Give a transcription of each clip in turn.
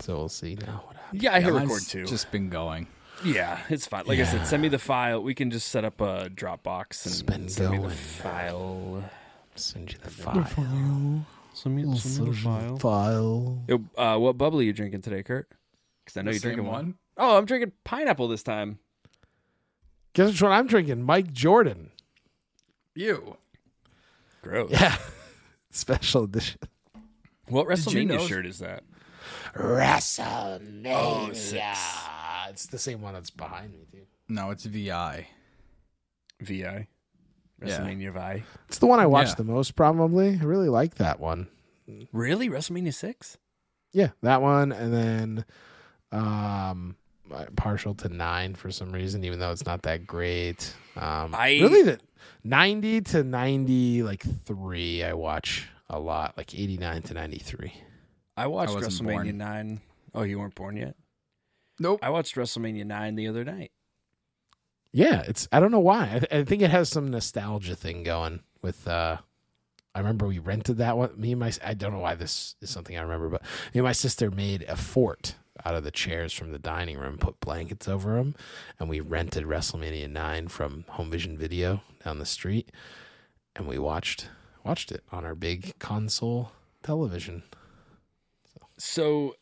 So we'll see now what happens. Yeah, I hit Mine's record too. Just been going. yeah, it's fine. Like I said, send me the file. We can just set up a Dropbox and been send me going. the file. Send you the file. Send me, send me the file. File. Yo, uh, what bubble are you drinking today, Kurt? Because I know The you're drinking same one. one? Oh, I'm drinking pineapple this time. Guess which one I'm drinking? Mike Jordan. You. Gross. Yeah. Special edition. What you WrestleMania know- shirt is that? WrestleMania. Oh, six. Oh, It's the same one that's behind me, too. No, it's VI. VI. Yeah. WrestleMania VI. It's the one I watched Yeah. the most, probably. I really like that one. Really? WrestleMania 6? Yeah, that one, and then um, I- partial to nine for some reason, even though it's not that great. Um, I- really the ninety to ninety like three. I watch a lot, like eighty nine to ninety three. I watched WrestleMania wasn't born. 9. Oh, you weren't born yet? Nope. I watched WrestleMania 9 the other night. Yeah, it's I don't know why. I, th- I think it has some nostalgia thing going with. uh I remember we rented that one. Me and my I don't know why this is something I remember, but me and my sister made a fort out of the chairs from the dining room, put blankets over them, and we rented WrestleMania nine from Home Vision Video down the street, and we watched watched it on our big console television. So,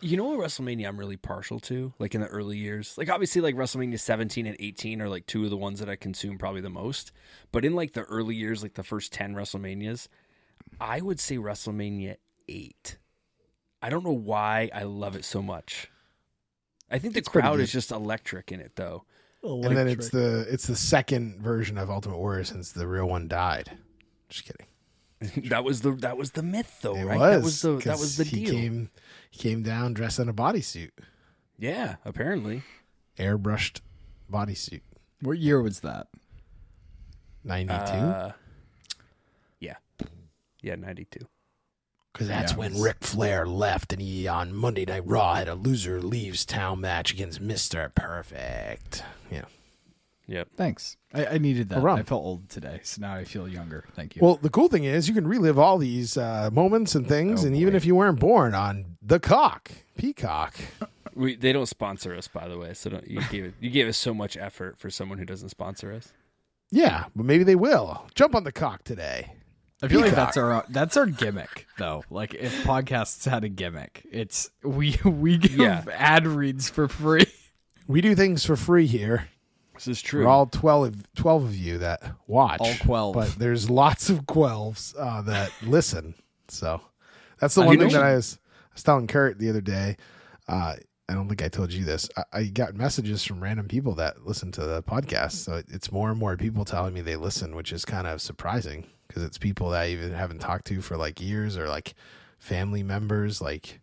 you know what WrestleMania I'm really partial to? Like in the early years? Like, obviously, like WrestleMania 17 and 18 are like two of the ones that I consume probably the most. But in like the early years, like the first 10 WrestleManias, I would say WrestleMania 8. I don't know why I love it so much. I think the pretty crowd good. is just electric in it, though. And then it's the it's the second version of Ultimate Warrior since the real one died. Just kidding. that was the that was the myth, though, It right? was. that was the that 'cause was the he deal. Came, he came down dressed in a bodysuit, Yeah, apparently. airbrushed bodysuit. What year was that? 92? Uh, yeah. Yeah, 92. Because that's yeah. when Ric Flair left and he, on Monday Night Raw, had a loser leaves town match against Mr. Perfect. Yeah. Yep. Thanks. I, I needed that. Around. I felt old today, so now I feel younger. Thank you. Well, the cool thing is you can relive all these uh, moments and things, Oh, and even boy. if you weren't born on The Cock, Peacock. We, they don't sponsor us, by the way. So don't, you gave it, you gave us so much effort for someone who doesn't sponsor us. Yeah, but maybe they will. Jump on The Cock today. I feel like Peacock. that's our that's our gimmick though. Like if podcasts had a gimmick, it's we we give Yeah. ad reads for free. We do things for free here. This is true. For all 12 of, 12 of you that watch. All 12. But there's lots of 12s uh, that listen. So that's the I one know. thing that I was, I was telling Kurt the other day. Uh, I don't think I told you this. I, I got messages from random people that listen to the podcast. So it- it's more and more people telling me they listen, which is kind of surprising because it's people that I even haven't talked to for like years or like family members, like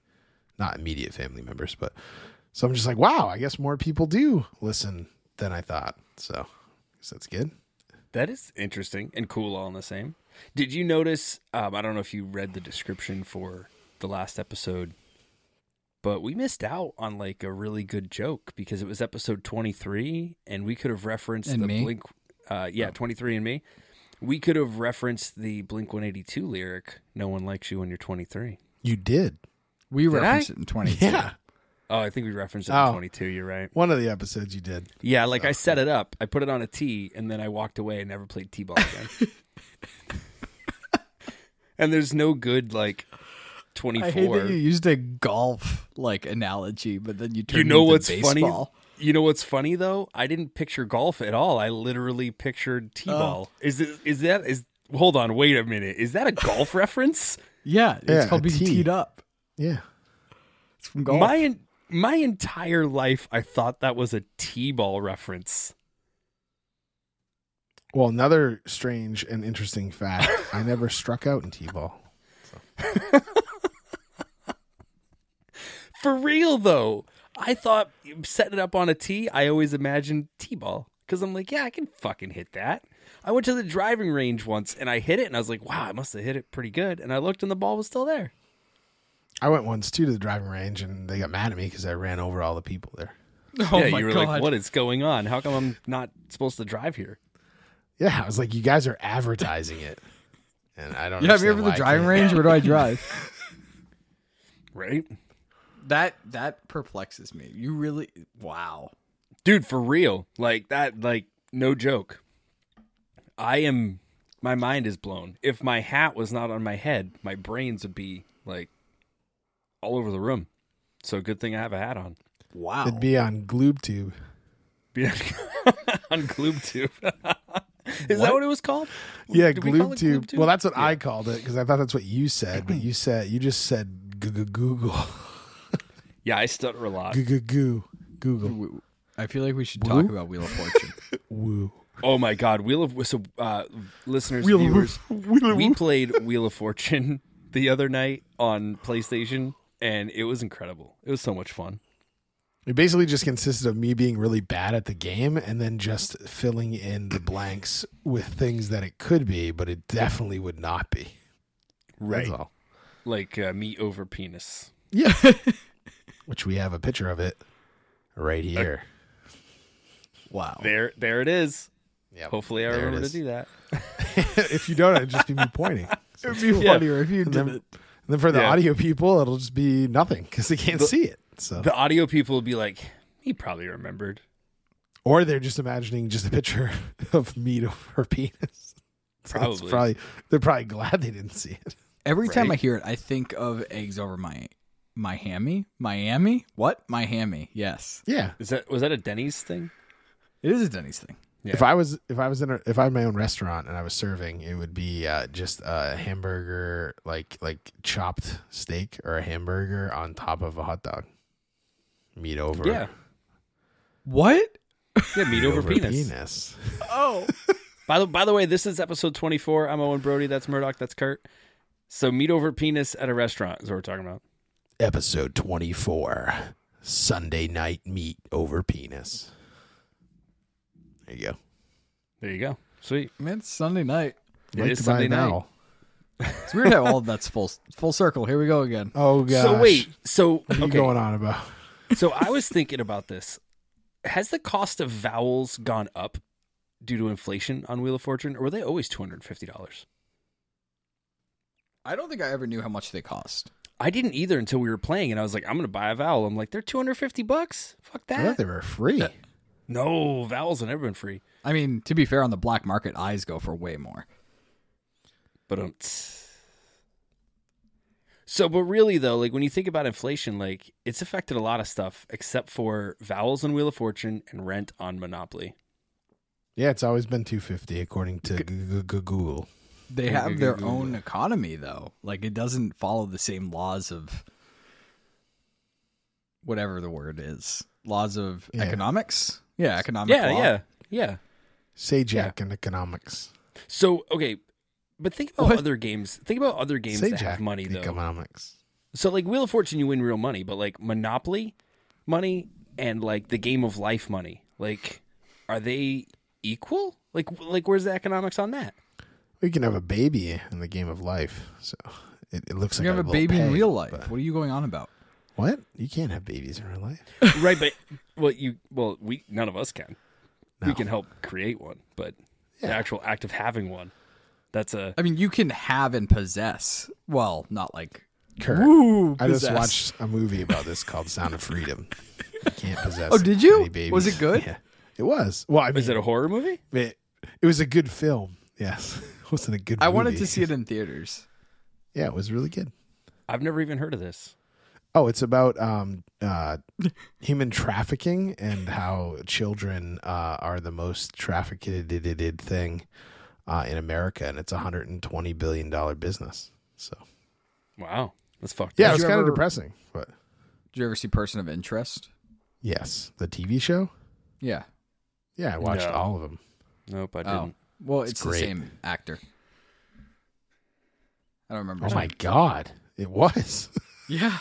not immediate family members, but so I'm just like, wow, I guess more people do listen than I thought. So I guess that's good. that is interesting and cool all in the same. Did you notice? Um, I don't know if you read the description for the last episode, but we missed out on like a really good joke because it was episode 23 and we could have referenced And the me? Oh. Blink. Uh, yeah, 23 and me. We could have referenced the Blink 182 lyric, No One Likes You When You're 23. You did. We I? referenced it in twenty. Yeah. Oh, I think we referenced it Oh. in 22. You're right. One of the episodes you did. Yeah, like I set it up. I put it on a tee, and then I walked away and never played t-ball again. and there's no good like I hate 24. that you used a golf like analogy, but then you turned You know into what's baseball. funny? You know what's funny though? I didn't picture golf at all. I literally pictured t-ball. Oh. Is it? Is that? Is hold on? Wait a minute. Is that a golf reference? Yeah, it's Yeah, called a being tee. teed up. Yeah. It's from golf. My en- my entire life, I thought that was a t-ball reference. Well, another strange and interesting fact I never struck out in T ball. For real though, I thought setting it up on a tee, I always imagined t-ball because I'm like, yeah, I can fucking hit that. I went to the driving range once and I hit it and I was like, wow, I must have hit it pretty good. And I looked and the ball was still there. I went once too to the driving range and they got mad at me because I ran over all the people there. oh yeah, my you were god! like, what is going on? How come I'm not supposed to drive here? Yeah. I was like, you guys are advertising it. And I don't yeah, have you understand ever why the I driving can't- range? Where do I drive? Right? that that perplexes me. You really wow. dude for real like that like no joke i am my mind is blown if my hat was not on my head my brains would be like all over the room so good thing i have a hat on Wow. It'd be on GloobTube. Be- on gloobtube is that what it was called Yeah, Did we call GloobTube. it Well, that's what I called it because I thought that's what you said, but you said you just said Google, yeah i stutter a lot Google, Google, I feel like we should talk about Wheel of Fortune. Woo. oh my god wheel of so uh listeners Wheel of viewers Wheel of we played wheel of fortune the other night on playstation and it was incredible it was so much fun It basically just consisted of me being really bad at the game and then just filling in the blanks with things that it could be, but it definitely would not be. That's all. like uh, meat over penis. Yeah. Which we have a picture of it right here. Wow. There, there it is. Yep. Hopefully, I There it remember to is. do that. if you don't, it'd just be me pointing. It would be funnier if you And then, and then for the Yeah. audio people, it'll just be nothing because they can't see it. So, The audio people will be like, "He probably remembered." or they're just imagining just a picture of meat over penis. So that's Probably. probably they're probably glad they didn't see it. Every time I Right. hear it, I think of eggs over my my hammy. Miami? What? My hammy. Yes. Yeah. Is that was that a Denny's thing? It is a Denny's thing. Yeah. If I was if I was in a, if I had my own restaurant and I was serving, it would be uh, just a hamburger like like chopped steak or a hamburger on top of a hot dog. Meat over Yeah, What? yeah, meat over, penis. penis. Oh. By the by the way, this is episode twenty four. I'm Owen Brody. That's Murdoch. That's Kurt. So meat over penis at a restaurant is what we're talking about. Episode twenty four. Sunday night meat over penis. There you go. There you go. Sweet. Man, it's Sunday night. It is Sunday night. It's weird how all of that's full full circle. Here we go again. Oh gosh. So wait. So What are you okay. going on about? so I was thinking about this. Has the cost of vowels gone up due to inflation on Wheel of Fortune, or were they always two hundred and fifty dollars? I don't think I ever knew how much they cost. I didn't either until we were playing, and I was like, I'm gonna buy a vowel. I'm like, they're 250 bucks. Fuck I thought that. they were free. No, vowels have never been free. I mean, to be fair, on the black market, eyes go for way more. But um. tss. So, but really though, like when you think about inflation, like it's affected a lot of stuff except for vowels on Wheel of Fortune and rent on Monopoly. Yeah, it's always been two fifty according to G- G- Google. They have their own economy, though. Like it doesn't follow the same laws of whatever the word is. Laws of Yeah. economics. Yeah, economic. Yeah, law. yeah, yeah. Say Jack and economics. So okay, but think about What? other games. Think about other games Say that have Jack money and though. economics. So like Wheel of Fortune, you win real money, but like Monopoly money and like the game of life money, like are they equal? Like like where's the economics on that? We can have a baby in the game of life. So it, it looks You like have a little baby in pig, real life. but- What are you going on about? What? You can't have babies in real life. right, but well you well we none of us can. We No. can help create one, but the Yeah. actual act of having one, that's a I mean, you can have and possess. Well, not like. Kurt, Ooh, I just possess. watched a movie about this called Sound of Freedom. You can't possess. Oh, did you? any babies. Was it good? Yeah, it was. Well, I mean, is it a horror movie? it, it was a good film. Yes, it wasn't a good. I wanted movie. to see it in theaters. Yeah, it was really good. I've never even heard of this. Oh, it's about um, uh, human trafficking and how children uh, are the most trafficked thing uh, in America, and it's a hundred and twenty billion dollar business. So Wow. That's fucked yeah, up. it Did was you kind ever- of depressing, but Did you ever see Person of Interest? yes, the TV show. Yeah. Yeah, I watched No. all of them. Nope, I Oh, didn't. well, It's it's, the great. same actor. I don't remember. Oh his my name. god, it was. Yeah.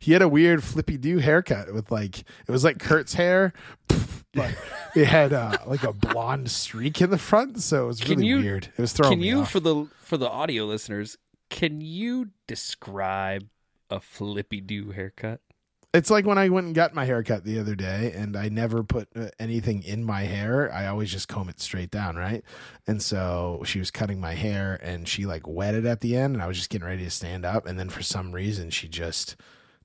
he had a weird flippy do haircut with like it was like Kurt's hair, but it had uh, like a blonde streak in the front, so it was Can really you- weird. It was throwing Can me you off. for the for the audio listeners, can you describe a flippy do haircut? It's like when I went and got my haircut the other day, and I never put uh, anything in my hair. I always just comb it straight down, right? And so she was cutting my hair, and she like wet it at the end, and I was just getting ready to stand up, and then for some reason she just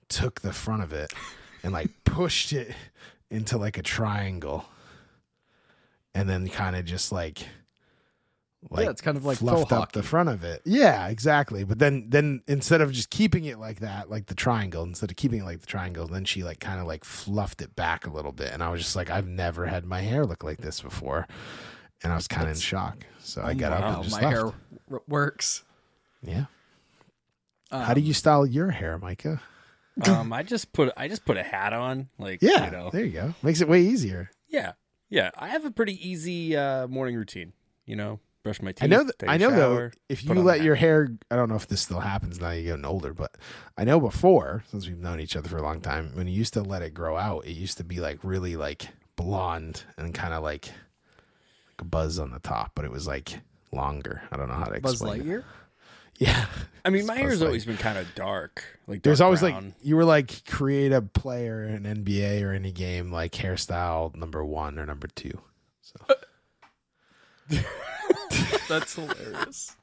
took the front of it and like pushed it into like a triangle, and then kind of just like like yeah, it's kind of like fluffed faux up the front of it. Yeah, exactly. But then then instead of just keeping it like that, like the triangle, instead of keeping it like the triangle, then she like kind of like fluffed it back a little bit, and I was just like, I've never had my hair look like this before, and I was kind of in shock. So Oh, I got up Wow, and just Oh, my left. hair r- works. Yeah. How um, do you style your hair, Micah? Um, I just put I just put a hat on, like Yeah, you know, there you go. Makes it way easier. yeah, yeah. I have a pretty easy uh, morning routine. You know, brush my teeth. I know. Th- take a I know shower. though. If you put on let that. your hair, I don't know if this still happens now. You're getting older, but I know before, since we've known each other for a long time, when you used to let it grow out, it used to be like really like blonde and kind of like like a buzz on the top, but it was like longer. I don't know how to Buzz explain. it. Lightyear. Yeah, I mean, my Supposed hair's to, always been kind of dark. Like There's dark always brown. like you were like create a player in NBA or any game like hairstyle number one or number two. That's hilarious.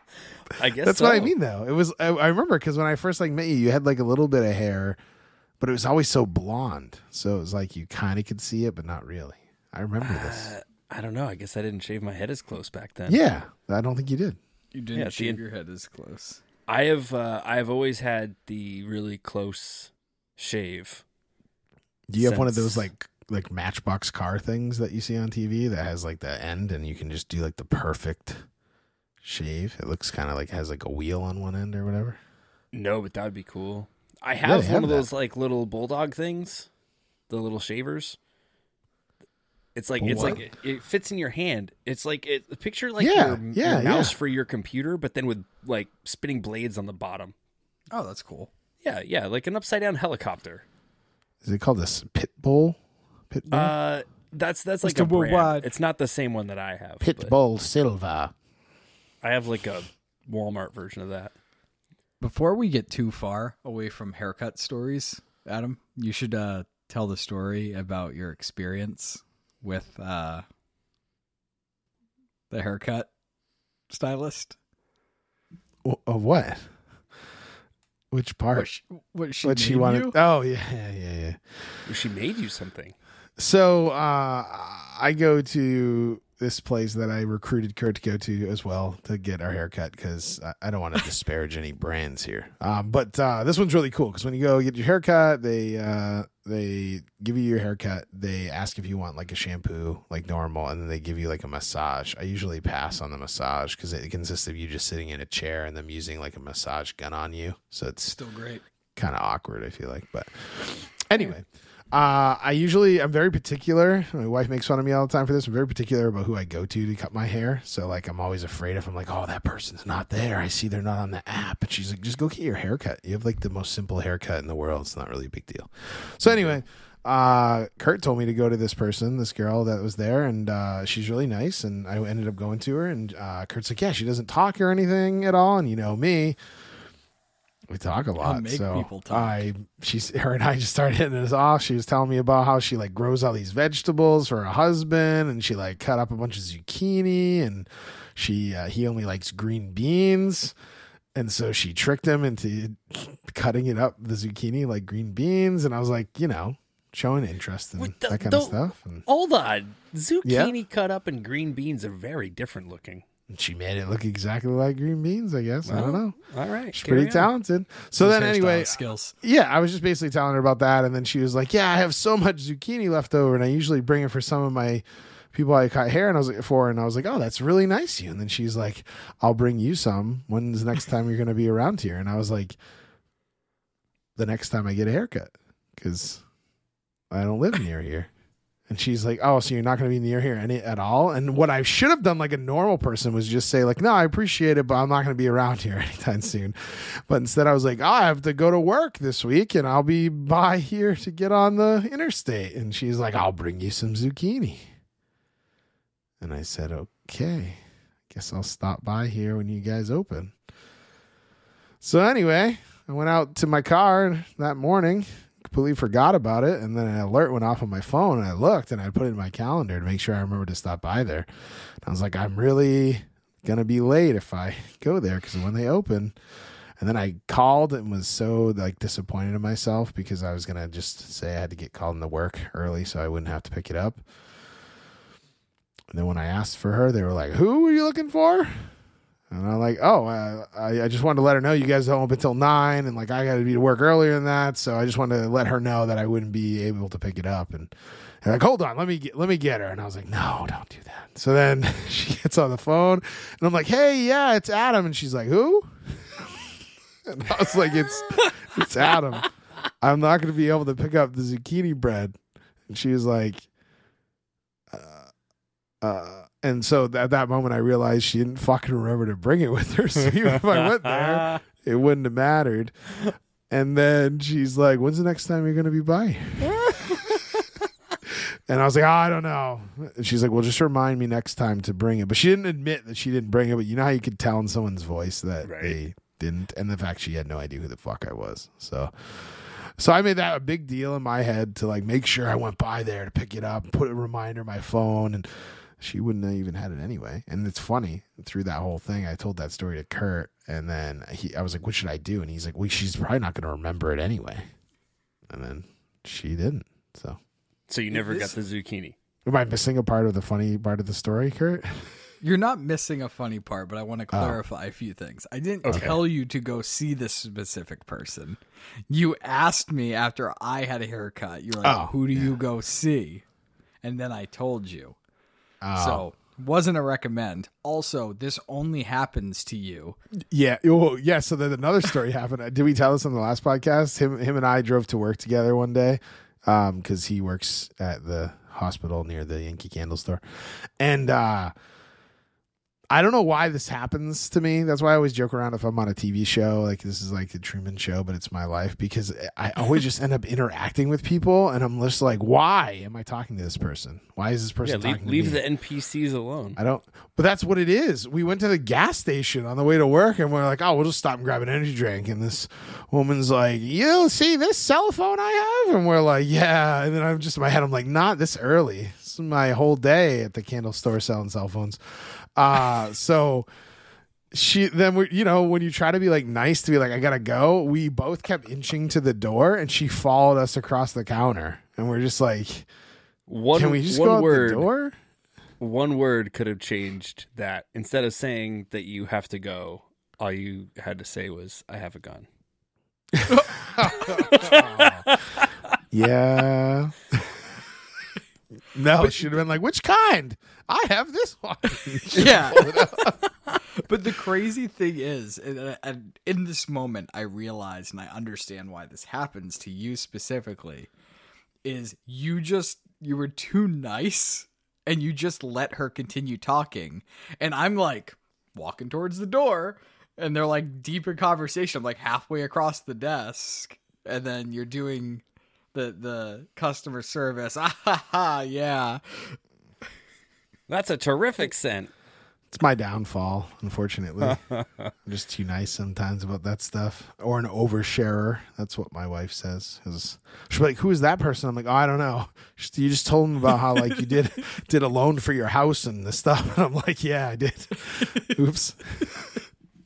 I guess That's what I so. mean, though. It was I, I remember because when I first like met you, you had like a little bit of hair, but it was always so blonde. So it was like you kind of could see it, but not really. I remember this. Uh, I don't know. I guess I didn't shave my head as close back then. Yeah, I don't think you did. You didn't Yeah, shave the- your head as close. I have. Uh, I have always had the really close shave. Do you have one of those Since- like like Matchbox car things that you see on TV that has like the end and you can just do like the perfect shave? It looks kind of like has like a wheel on one end or whatever. No, but that would be cool. I Yeah, have they one have of that. those like little bulldog things, the little shavers. It's like it's like What? it, it fits in your hand. It's like it picture like Yeah, your, yeah, yeah. your mouse for your computer, but then with like spinning blades on the bottom. Oh, that's cool. Yeah, yeah, like an upside down helicopter. Is it called this pit bull? Pit bull. Uh, that's that's like Mr. a brand. Worldwide. It's not the same one that I have. pit but bull Silva. I have like a Walmart version of that. Before we get too far away from haircut stories, Adam, you should uh, tell the story about your experience with uh, the haircut stylist. W- Of what? Which part? What she, what she, what she made wanted. you? Oh yeah, yeah, yeah, yeah. She made you something. So uh, I go to this place that I recruited Kurt to go to as well to get our haircut because I, I don't want to disparage any brands here. Um, but uh, this one's really cool because when you go get your haircut, they uh, they give you your haircut. They ask if you want like a shampoo, like normal, and then they give you like a massage. I usually pass on the massage because it consists of you just sitting in a chair and them using like a massage gun on you. So it's Still great. kind of awkward. I feel like, but anyway, uh, I usually I'm very particular. My wife makes fun of me all the time for this. I'm very particular about who I go to to cut my hair. So like I'm always afraid if I'm like, oh, that person's not there. I see they're not on the app. And she's like, just go get your haircut. You have like the most simple haircut in the world. It's not really a big deal. So anyway. Uh, Kurt told me to go to this person, this girl that was there, and uh, she's really nice. And I ended up going to her, and uh, Kurt's like, "Yeah, she doesn't talk or anything at all." And you know me, we talk a lot. make so people talk. I, she's her and I just started hitting this off. She was telling me about how she like grows all these vegetables for her husband, and she like cut up a bunch of zucchini, and she uh, he only likes green beans, and so she tricked him into cutting it up the zucchini like green beans, and I was like, you know, showing interest in What the- that kind don't- of stuff, and Hold on, zucchini cut up and green beans are very different looking. she made it look exactly like green beans. I guess I don't know. All right, She's carry pretty on. talented. So Those then, hairstyle anyway, skills. yeah, I was just basically telling her about that, and then she was like, "Yeah, I have so much zucchini left over, and I usually bring it for some of my people I cut hair." And I was like, "For," and I was like, "Oh, that's really nice of you." And then she's like, "I'll bring you some. When's the next time you're going to be around here?" And I was like, "The next time I get a haircut, because I don't live near here." And she's like, "Oh, so you're not going to be near here any at all?" And what I should have done, like a normal person, was just say, "Like, no, I appreciate it, but I'm not going to be around here anytime soon." But instead, I was like, "I have to go to work this week, and I'll be by here to get on the interstate." And she's like, "I'll bring you some zucchini." And I said, "Okay, guess I'll stop by here when you guys open." So anyway, I went out to my car that morning completely forgot about it and then an alert went off on my phone and i looked and i put it in my calendar to make sure i remember to stop by there and i was like i'm really gonna be late if i go there because when they open And then I called and was so like disappointed in myself because I was gonna just say I had to get called into work early so I wouldn't have to pick it up. And then when I asked for her, they were like, "Who were you looking for?" And I'm like, "Oh, I, I- I just wanted to let her know you guys don't open till nine, and like I got to be to work earlier than that, so I just wanted to let her know that I wouldn't be able to pick it up." And and like, hold on, let me get, let me get her. And I was like, no, don't do that. So then she gets on the phone, and I'm like, hey, yeah, it's Adam. And she's like, who? and I was like, it's it's Adam. I'm not going to be able to pick up the zucchini bread. And she was like, uh, uh. And so at that moment, I realized she didn't fucking remember to bring it with her. So even if I went there, it wouldn't have mattered. And then she's like, "When's the next time you're gonna be by?" here?" and I was like, oh, "I don't know." And she's like, "Well, just remind me next time to bring it." But she didn't admit that she didn't bring it. But you know how you could tell in someone's voice that Right. they didn't, and the fact she had no idea who the fuck I was. So, so I made that a big deal in my head to like make sure I went by there to pick it up, put a reminder in my phone, and she wouldn't have even had it anyway. And it's funny through that whole thing, I told that story to Kurt, and then he, I was like, "What should I do?" And he's like, "Well, she's probably not going to remember it anyway." And then she didn't. So, So you never This- got the zucchini. am I missing a part of the funny part of the story, Kurt? You're not missing a funny part, but I want to Ah. clarify a few things. I didn't Okay. tell you to go see this specific person. You asked me after I had a haircut. You're like, Oh, "Who do you go see?" And then I told you. Oh. So, wasn't a recommend. Also, this only happens to you. Yeah. Oh, yeah. So then another story happened. Did we tell this on the last podcast? Him, him and I drove to work together one day because he works at the hospital near the Yankee Candle store, and uh, I don't know why this happens to me. That's why I always joke around if I'm on a TV show, like this is like the Truman Show, but it's my life because I always just end up interacting with people, and I'm just like, why am I talking to this person? Why is this Yeah, person leave, talking leave to me? the NPCs alone. I don't, but that's what it is. We went to the gas station on the way to work and we're like, oh, we'll just stop and grab an energy drink. And this woman's like, you see this cell phone I have? And we're like, yeah. And then I'm just in my head, I'm like, not this early. This is my whole day at the candle store selling cell phones. Uh, so she then we you know when you try to be like nice to be like i gotta go we both kept inching to the door and she followed us across the counter and we're just like One, can we just one go out word, the door One word could have changed that. Instead of saying that you have to go, all you had to say was, I have a gun. Yeah. no, it should have been like, which kind? I have this one. Yeah. but the crazy thing is, and, uh, and in this moment, I realize and I understand why this happens to you specifically, is you just you were too nice and you just let her continue talking, and I'm like walking towards the door, and they're like deep in conversation, I'm like halfway across the desk, and then you're doing. The, the customer service. Ah, ha, ha, yeah. That's a terrific scent. it's my downfall, unfortunately. I'm just too nice sometimes about that stuff. Or an oversharer. That's what my wife says. 'Cause She'll be like, who is that person? I'm like, oh, I don't know. She's- You just told them about how like you did did a loan for your house and this stuff. And I'm like, yeah, I did. Oops.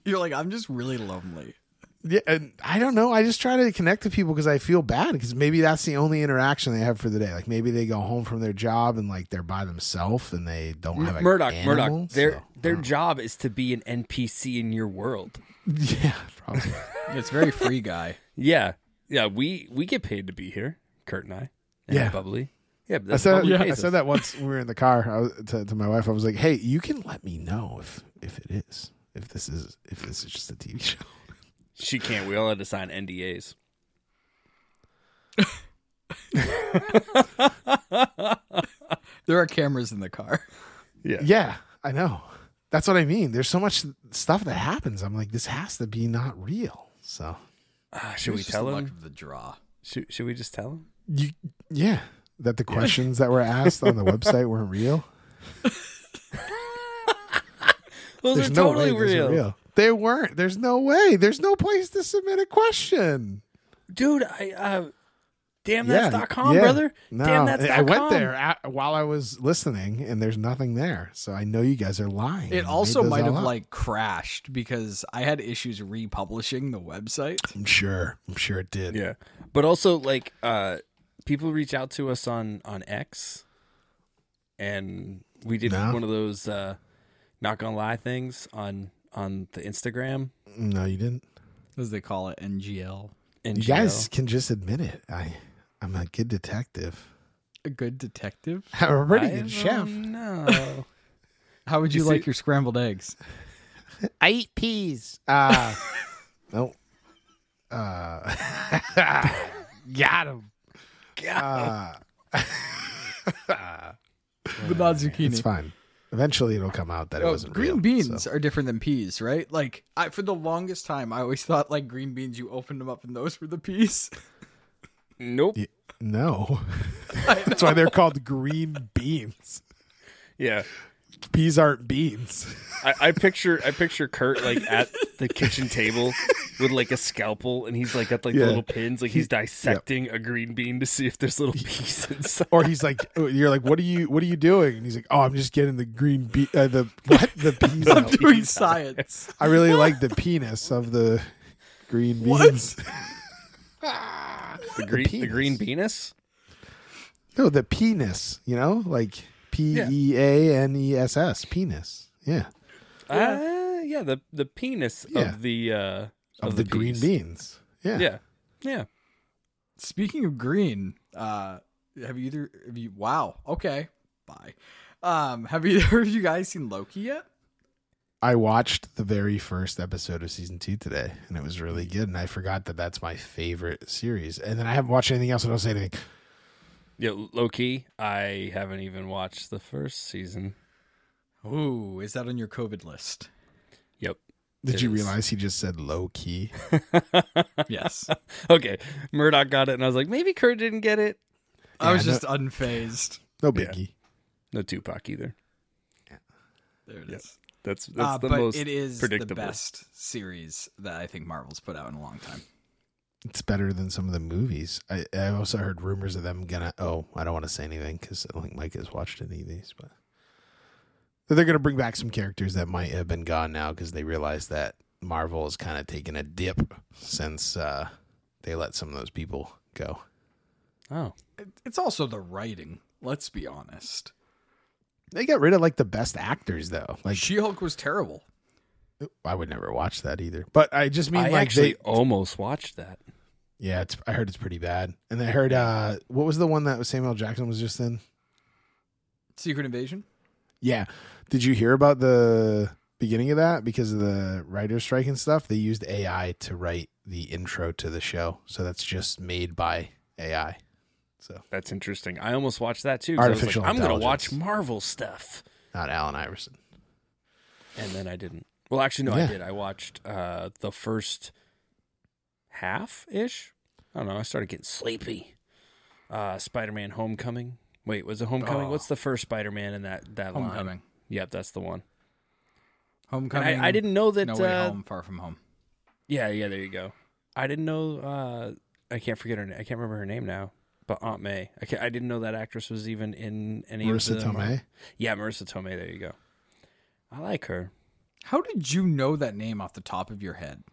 You're like, I'm just really lonely. Yeah, and I don't know. I just try to connect to people because I feel bad because maybe that's the only interaction they have for the day. Like maybe they go home from their job and like they're by themselves and they don't have Oh, a Murdoch, animal, Murdoch. Their so- their job is to be an NPC in your world. yeah, probably. It's very free guy. Yeah, yeah. We we get paid to be here, Kurt and I. And Yeah. bubbly. Yeah, but I that's said Bubbly I pays said us. that once when we were in the car I was, to, to my wife. I was like, "Hey, you can let me know if if it is if this is if this is just a TV show." She can't. We all had to sign NDAs. There are cameras in the car. Yeah, I know. That's what I mean. There's so much stuff that happens. I'm like, this has to be not real. So Ah, should we It's just the tell luck him? of the draw? Should, should we just tell him? you, yeah, that the questions that were asked on the website weren't real. Those There's are no totally way those real. are real. They weren't. There's no way. There's no place to submit a question. dude. I uh, Damn Yeah, that's dot .com, yeah. brother. No, Damn that's I went .com. there at, while I was listening, and there's nothing there. So I know you guys are lying. You It made also those might all have up. like crashed because I had issues republishing the website. I'm sure. I'm sure it did. Yeah. But also like uh people reach out to us on on X and we did No. one of those uh not gonna lie things on on the Instagram No, you didn't. as they call it, NGL. and You guys can just admit it. I, I'm a good detective. A good detective. I'm a pretty good chef. No. How would you, You like see- your scrambled eggs? I eat peas. Uh, no. Uh, got him. Uh, But not zucchini. it's fine. Eventually, it'll come out that it Oh, wasn't green real, so. beans are different than peas, right? Like I, for the longest time, I always thought like green beans, you opened them up and those were the peas. nope. Y- No. That's why they're called green beans. Yeah. Peas aren't beans. I, I picture I picture Kurt like at the kitchen table with like a scalpel and he's like got like Yeah. the little pins, like he's dissecting a green bean to see if there's little pieces inside. Or he's like, oh, you're like, what are you, what are you doing? And he's like, oh, I'm just getting the green be, uh, the what, the peas. I'm out. doing science. I really like the penis of the green beans. the green the, penis. green penis? No, the penis. You know, like P Yeah. E A N E S S, penis. Yeah, Yeah, uh, yeah the the penis Yeah. of the uh of, the, green peas. beans. Yeah. Yeah. Yeah. Speaking of green, uh, have you either have you? Wow. Okay. Bye. Um, have either of you guys seen Loki yet? I watched the very first episode of season two today, and it was really good. And I forgot that that's my favorite series. And then I haven't watched anything else. And I'll say anything. Yeah, low key, I haven't even watched the first season. Ooh, is that on your COVID list? Yep. Did It you is. realize he just said low key? Yes. Okay. Murdoch got it and I was like, maybe Kurt didn't get it. I was Yeah, no- just unfazed. No Yeah. biggie. No Tupac either. There it is. Yeah. That's that's Ah, Uh, the but most it is the predictable. best series that I think Marvel's put out in a long time. It's better than some of the movies. I, I also heard rumors of them gonna. Oh, I don't want to say anything because I don't think Mike has watched any of these, but that they're gonna bring back some characters that might have been gone now because they realize that Marvel has kind of taken a dip since uh, they let some of those people go. Oh. It- It's also the writing. Let's be honest. They got rid of like the best actors though. Like She Hulk was terrible. I would never watch that either. But I just mean I like actually they, almost watched that. yeah, it's, I heard it's pretty bad. And I heard uh, what was the one that Samuel Jackson was just in? Secret Invasion. Yeah. Did you hear about the beginning of that because of the writer's strike and stuff? They used AI to write the intro to the show. So that's just made by AI. That's interesting. I almost watched that too. 'cause I was like, Artificial I'm going to intelligence. watch Marvel stuff, Not Alan Iverson. and then I didn't. Well, actually, no, Yeah. I did. I watched uh, the first half ish. I don't know. I started getting sleepy. Uh, Spider-Man: Homecoming. Wait, was it Homecoming? Oh. What's the first Spider-Man in that that line? Homecoming. Yep, that's the one. And Homecoming. I, I didn't know that. No way uh, home. Far from home. Yeah, yeah. There you go. I didn't know. Uh, I can't forget her. na- I can't remember her name now. But Aunt May. I, can't, I didn't know that actress was even in any Marissa of the Tomei. Yeah, Marissa Tomei. There you go. I like her. How did you know that name off the top of your head?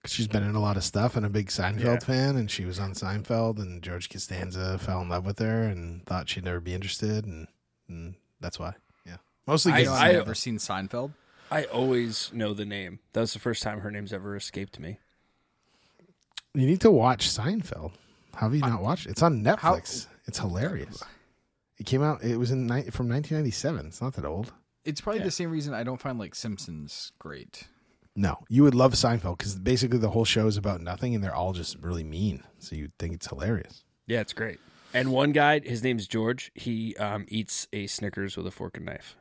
'Cause She's been in a lot of stuff and a big Seinfeld Yeah. fan. And she was on Seinfeld. And George Costanza fell in love with her and thought she'd never be interested. And, and that's why. Yeah. Mostly I- You because know, I- I've never seen Seinfeld. I always know the name. That was the first time her name's ever escaped me. you need to watch Seinfeld. How have you not watched it? It's on How- Netflix. It's hilarious. It came out. It was in ni- from 1997. It's not that old. It's probably the same reason I don't find like Simpsons great. No, you would love Seinfeld because basically the whole show is about nothing, and they're all just really mean. So you think it's hilarious. Yeah, it's great. And one guy, his name's George. He um, eats a Snickers with a fork and knife.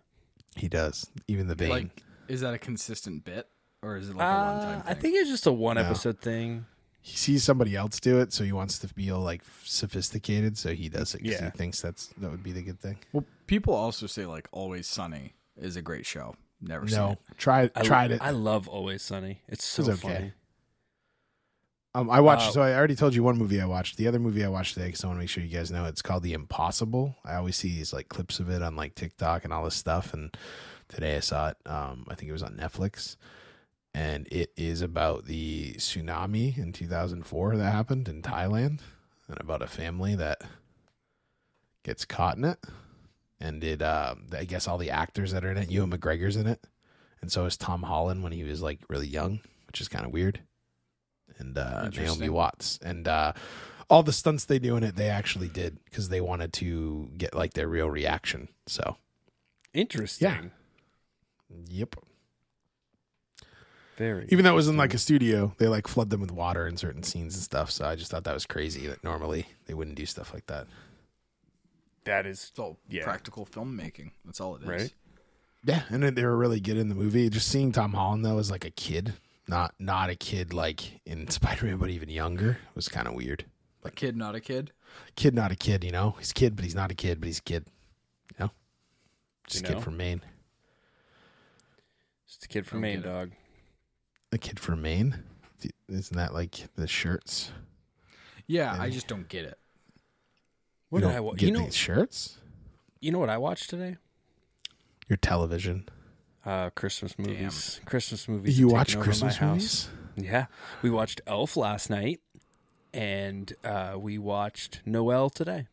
He does, even the vein. Like, is that a consistent bit or is it like a one Uh, time thing? I think it's just a one episode thing. he sees somebody else do it, so he wants to feel like sophisticated. So he does it because Yeah. he thinks that's that would be the good thing. Well, people also say like Always Sunny is a great show. Never seen No, it. try I tried it. I love Always Sunny. It's so It's okay. funny. Um, I watched. Uh, so I already told you one movie I watched. The other movie I watched today, because I want to make sure you guys know, it's called The Impossible. I always see these like clips of it on like TikTok and all this stuff. And today I saw it. Um, I think it was on Netflix, and it is about the tsunami in 2004 that happened in Thailand, and about a family that gets caught in it. And it, uh, I guess, all the actors that are in it. Ewan McGregor's in it, and so is Tom Holland when he was like really young, which is kind of weird and uh, Naomi Interesting. Watts, and uh, all the stunts they do in it, they actually did because they wanted to get like their real reaction. So, Interesting. yep. Very. Even though it was in like a studio, they like flood them with water in certain scenes and stuff. So I just thought that was crazy that normally they wouldn't do stuff like that. that is It's all Yeah. practical filmmaking. That's all it is. Right. Yeah, and then they were really good in the movie. Just seeing Tom Holland though as like a kid, not not a kid like in Spider Man, but even younger, was kind of weird. A kid, not a kid. Kid, not a kid, you know. He's a kid, but he's not a kid, but he's a kid. You know, just You a know? kid from Maine. just a kid from Don't Maine, get it. dog. the kid from Maine. Isn't that like the shirts? Yeah, I Maybe. just don't get it. What you did don't I wa- get You know, these shirts? you know what I watched today? Your television. Uh, Christmas movies. Christmas movies. You have watch taken over Christmas my house. movies? Yeah, we watched Elf last night, and uh, we watched Noel today,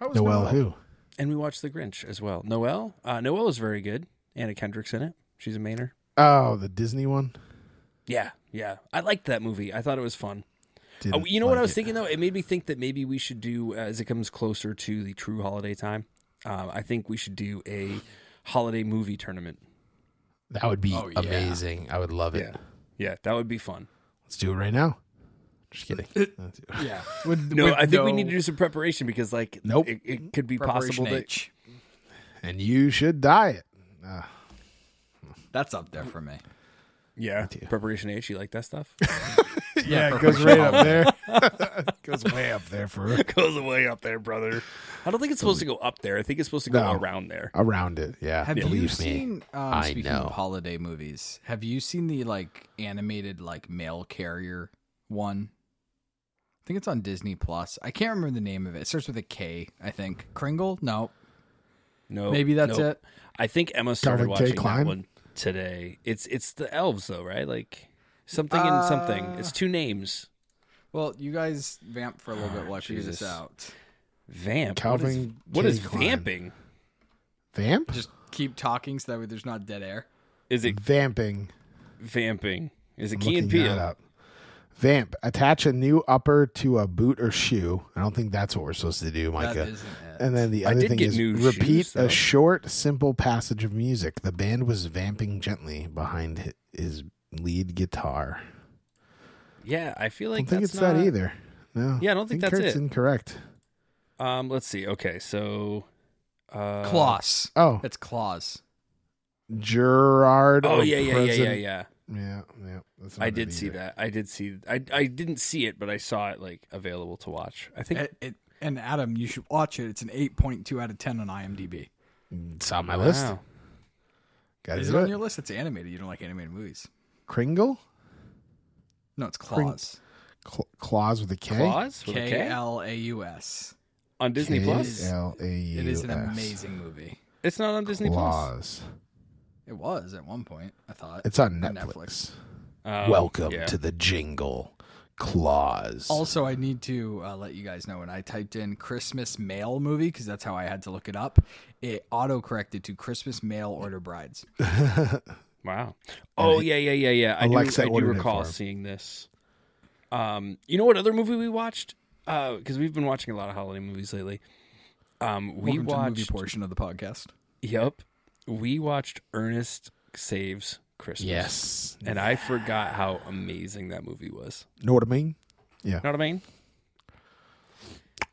How was Noel who? and we watched The Grinch as well. Noel, uh, Noel is very good. Anna Kendrick's in it. She's a Mainer. Oh, the Disney one. Yeah, yeah. I liked that movie. I thought it was fun. Didn't Oh, you know what like I was it. thinking though? It made me think that maybe we should do as it comes closer to the true holiday time. Uh, I think we should do a holiday movie tournament. That would be Oh, yeah. amazing. I would love it. yeah, that would be fun. Let's do it right now. Just kidding. Let's do- Yeah. With, No, with I think we need to do some preparation because like Nope. it, it could be possible Preparation that H. and you should diet. That's up there for me. yeah preparation H. You like that stuff? Yeah, it goes right up there. goes way up there for goes way up there, brother. I don't think it's supposed to go up there. I think it's supposed to go No. around there. around it. Yeah, Have Uh, believe you me. seen? Um, I speaking know. of holiday movies, have you seen the like animated like mail carrier one? I think it's on Disney Plus. I can't remember the name of it. It starts with a K, I think. Kringle? No, No, maybe that's it. I think Emma started Garlic J. watching that Klein? one today. It's it's the elves though, right? Like something and something. Uh, It's two names. Well, you guys vamp for a little bit Ah, while I figure this Jesus. out. Vamp. Calvin What J. is, what is Klein. vamping? Vamp? Just keep talking so that way there's not dead air. Is it Vamping. vamping? Is it I'm Key and looking that Peele? up. Vamp, attach a new upper to a boot or shoe. I don't think that's what we're supposed to do, That Micah. not it. and then the I other did thing get is new repeat shoes, though. a short, simple passage of music. The band was vamping gently behind hi- his lead guitar. Yeah, I feel I like don't think that's it's that not- either. No. Yeah, I don't think that's Kurt's it. incorrect. Um, let's see. Okay, so uh, Claws. Oh, That's claws. Gerard. Oh or yeah, yeah, yeah, yeah, President- yeah. yeah, yeah. that's not I it did see either. that. I did see. I I didn't see it, but I saw it like available to watch. I think It, it, and Adam, you should watch it. It's an 8.2 out of 10 on IMDb. Mm. It's on my list. Wow. Gotta Is do it on it. your list? It's animated. You don't like animated movies. Kringle? No, it's claws. Cl- claws with a K? Claws with a K? K L A U S. on Disney Plus. K-L-A-U-S. It is an amazing movie. It's not on Disney Plus. Claws. It was at one point. I thought It's on On Netflix. Um, Welcome yeah. to the jingle. Claws. Also, I need to uh, let you guys know when I typed in Christmas mail movie because that's how I had to look it up. It auto corrected to Christmas mail order brides. Wow. Oh yeah, yeah, yeah, yeah. I Alexa do, I do ordered it for recall him. seeing this. Um, you know what other movie we watched? Because we've been watching a lot of holiday movies lately. Um, we Welcome to the movie watched. portion of the podcast. Yep. We watched Ernest Saves Christmas. yes. And I forgot how amazing that movie was. Know what I mean? Yeah. You know what I mean?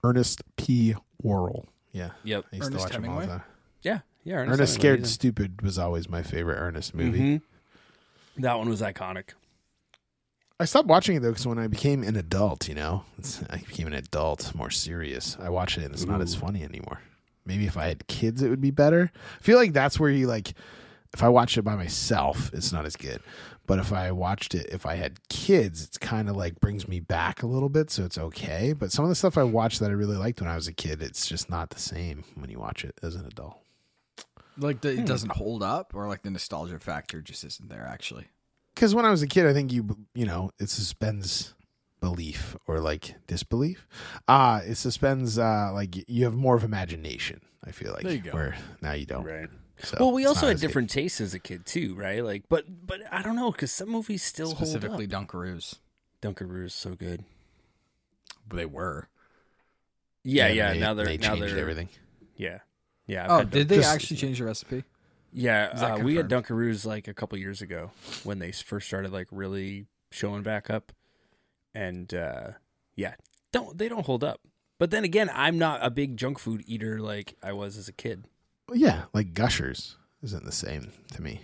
Ernest P. Worrell. Yeah. Yep. I used Ernest to watch him all the Hemingway? time. Yeah. Yeah. Ernest, Hemingway, Scared he's Stupid was always my favorite Ernest in- movie. Mhm. That one was iconic. I stopped watching it though because when I became an adult, you know, it's, I became an adult, more serious. I watch it and it's not as funny anymore. Maybe if I had kids, it would be better. I feel like that's where you like if I watch it by myself, it's not as good. But if I watched it, if I had kids, it's kind of like brings me back a little bit, so it's okay. But some of the stuff I watched that I really liked when I was a kid, it's just not the same when you watch it as an adult. Like the, Hmm. it doesn't hold up, or like the nostalgia factor just isn't there. Actually, Because when I was a kid, I think you you know it suspends belief or like disbelief. Uh it suspends uh like you have more of imagination. I feel like There you go. where now you don't. Right. So well, we it's also not had as good. different tastes as a kid too, right? Like, but but I don't know because some movies still hold up. specifically Dunkaroos. Dunkaroos so good. They were. Yeah, yeah. they- now they're they now changed they're everything. yeah, yeah. I've Oh, had did Dunk- they Just- actually change the recipe? Yeah, Is that uh, we had confirmed? Dunkaroos like a couple years ago when they first started like really showing back up, and uh, yeah, don't they don't hold up. But then again, I'm not a big junk food eater like I was as a kid. Well, yeah, like Gushers isn't the same to me.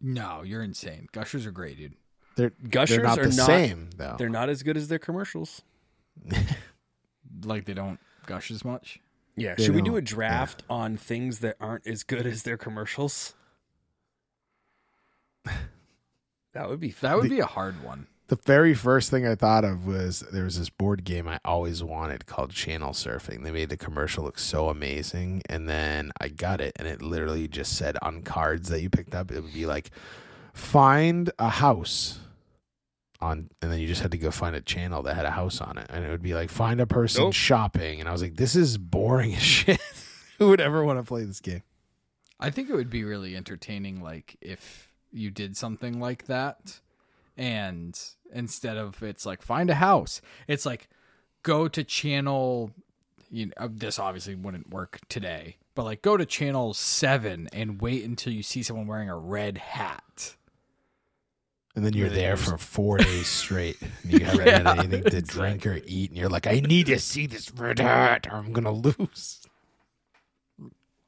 No, you're insane. Gushers are great, dude. They're Gushers they're not are the not- same though. They're not as good as their commercials. Like they don't gush as much. Yeah, They should we do don't, a draft on things that aren't as good as their commercials? That would be fun. That would be a hard one. the very first thing I thought of was there was this board game I always wanted called Channel Surfing. They made the commercial look so amazing, and then I got it, and it literally just said on cards that you picked up, it would be like, find a house on, and then you just had to go find a channel that had a house on it, and it would be like, find a person Nope. shopping, and I was like, this is boring as shit. Who would ever want to play this game? I think it would be really entertaining, like if you did something like that, and instead of it's like find a house, it's like go to channel. You know, uh, this obviously wouldn't work today, but like go to channel seven and wait until you see someone wearing a red hat. And then you're Really there for four days straight, and you haven't had anything to drink or eat, and you're like, "I need to see this red hat, or I'm gonna lose."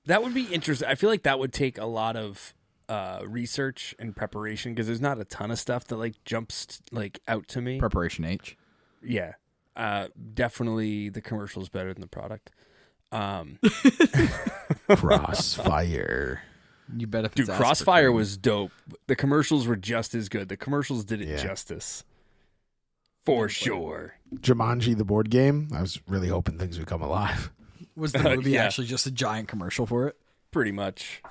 That would be interesting. I feel like that would take a lot of uh, research and preparation because there's not a ton of stuff that like jumps like out to me. Preparation H. yeah, uh, definitely the commercial is better than the product. Um, Crossfire. You bet if dude, it's aspartame. Crossfire was dope. The commercials were just as good. The commercials did it Yeah. justice for sure. Jumanji, the board game. I was really hoping things would come alive. was the movie yeah. actually just a giant commercial for it. Pretty much.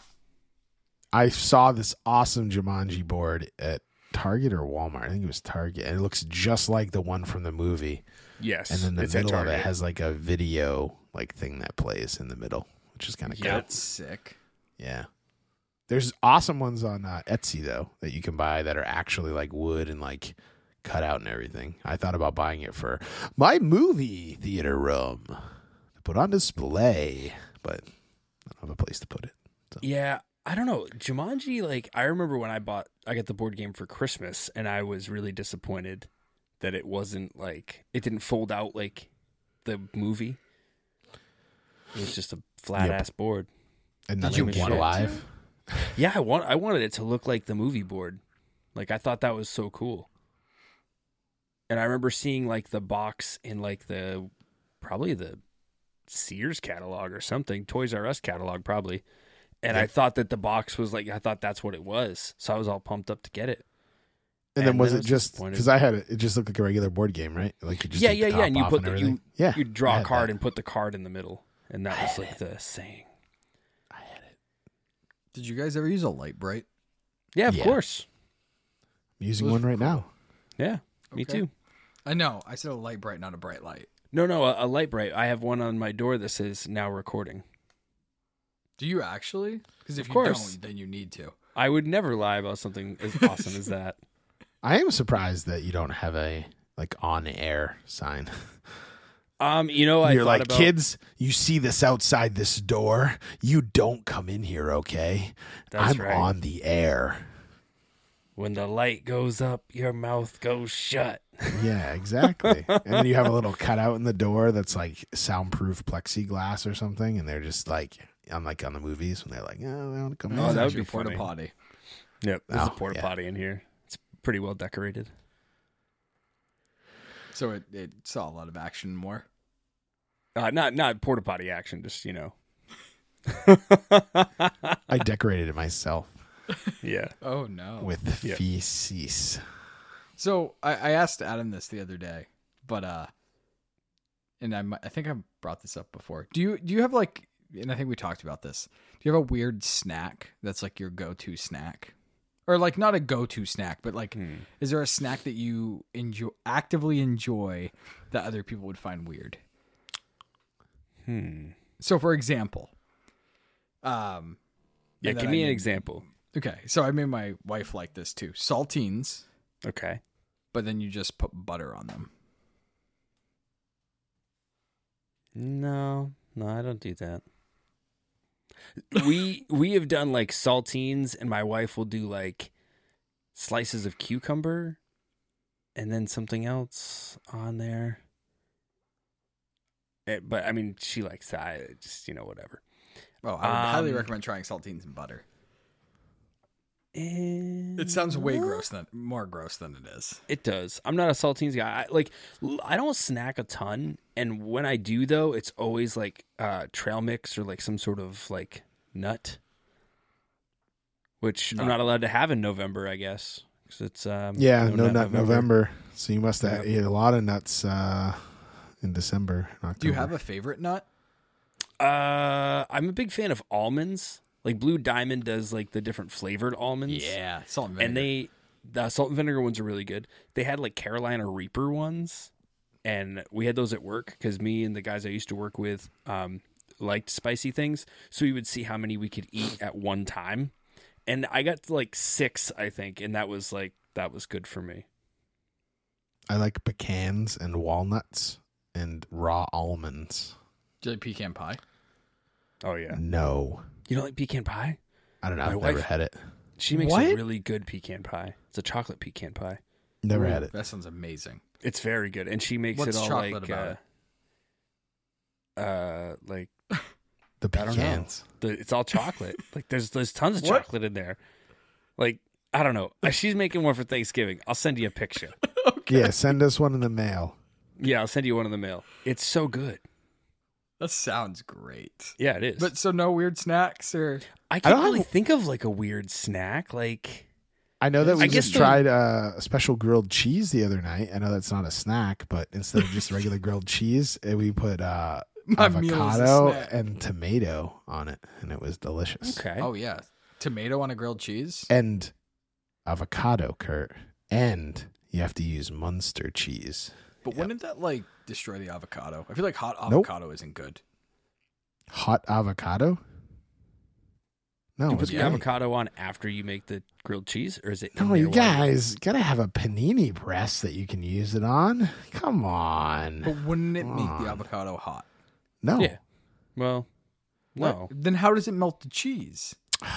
I saw this awesome Jumanji board at Target or Walmart. I think it was Target, and it looks just like the one from the movie. Yes. And then the it's at middle of it Target. has like a video like thing that plays in the middle, which is kind of Yeah. cool. That's sick. Yeah. There's awesome ones on uh, Etsy though that you can buy that are actually like wood and like cut out and everything. I thought about buying it for my movie theater room to put on display, but I don't have a place to put it. Yeah, I don't know. Jumanji, like I remember when I bought I got the board game for Christmas and I was really disappointed that it wasn't like it didn't fold out like the movie. It was just a flat Yep. ass board. And then Did you like, want one it alive. Yeah, I want I wanted it to look like the movie board. Like I thought that was so cool. And I remember seeing like the box in like the probably the Sears catalog or something, Toys R Us catalog probably. And I Yeah. thought that the box was like I thought that's what it was. So I was all pumped up to get it. And then And was then it it's just disappointed. because I had it? It just looked like a regular board game, right? Like you just Yeah, take yeah, the yeah, top and you off put the- you- everything. yeah, You I draw a had card that. and put the card in the middle. And that was like the saying. I had it. Did you guys ever use a light bright? Yeah, of Yeah. course. I'm using Those one were right now. Yeah. Me Okay. too. I know. I said a light bright, not a bright light. No, no, a, a light bright. I have one on my door that says now recording. Do you actually? Because if Of you course. Oh, don't, then you need to. I would never lie about something as awesome as that. I am surprised that you don't have a like on air sign. Um, you know, I You're thought like, about, kids, you see this outside this door. You don't come in here, okay? That's I'm right. on the air. When the light goes up, your mouth goes shut. Yeah, exactly. and then you have a little cutout in the door that's like soundproof plexiglass or something, and they're just like, I'm like on the movies when they're like, oh, I want to come Oh, in. that would Actually, be porta funny. potty. Yep, there's a Oh, porta yeah. potty in here. It's pretty well decorated. So it, it saw a lot of action more. Uh, not not porta potty action, just you know. I decorated it myself. Yeah. Oh no. with Yeah. feces. So I, I asked Adam this the other day, but uh, and I mi- I think I brought this up before. Do you do you have like? And I think we talked about this. Do you have a weird snack that's like your go-to snack, or like not a go-to snack, but like, Hmm. is there a snack that you enjoy actively enjoy that other people would find weird? Hmm. So, for example, um, Yeah. And then Give I me an need- example. okay, so I made my wife like this too. Saltines, Okay. but then you just put butter on them. No, no, I don't do that. we we have done like saltines, and my wife will do like slices of cucumber, and then something else on there. Eh, but I mean, she likes that. I just you know whatever. Oh, I would highly Um, recommend trying saltines and butter. It It sounds way gross than more gross than it is. It does. I'm not a saltines guy. I, like l- I don't snack a ton, and when I do though, it's always like uh, trail mix or like some sort of like nut, which I'm not Nut. allowed to have in November, I guess, because it's um, Yeah, no, not November. So you must have ate a lot of nuts uh, in December. and October. Do you have a favorite nut? Uh, I'm a big fan of almonds. Like Blue Diamond does, like the different flavored almonds. salt and vinegar. and they the salt and vinegar ones are really good. They had like Carolina Reaper ones, and we had those at work because me and the guys I used to work with um, liked spicy things, so we would see how many we could eat at one time. And I got to like six, I think, and that was like that was good for me. I like pecans and walnuts and raw almonds. Do you like pecan pie? Oh yeah, No, you don't like pecan pie? I don't know. My I've never wife- had it. She makes a What? really good pecan pie. It's a chocolate pecan pie. Never Ooh, had it. That sounds amazing. It's very good, and she makes What's it all chocolate like about uh, uh, like The I don't know. pecans. the, it's all chocolate. like there's there's tons of What? chocolate in there. Like I don't know. Uh, She's making one for Thanksgiving. I'll send you a picture. Yeah, send us one in the mail. yeah, I'll send you one in the mail. It's so good. That sounds great. Yeah, it is. But so no weird snacks or I can't don't really have- think of like a weird snack. Like I know that we I guess just the- tried uh, a special grilled cheese the other night. I know that's not a snack, but instead of just regular grilled cheese, eh, we put uh, my meal is a avocado snack. and tomato on it, and it was delicious. okay, Oh yeah, tomato on a grilled cheese. And avocado, Kurt, and you have to use Munster cheese. But wouldn't that like destroy the avocado? I feel like hot Nope. avocado isn't good. Hot avocado? No, you put it's the great. avocado on after you make the grilled cheese, or is it? in No, there you while you're- guys gotta have a panini press that you can use it on. Come on. But wouldn't it make on. the avocado hot? No, Yeah. Well, no, What- Then how does it melt the cheese? you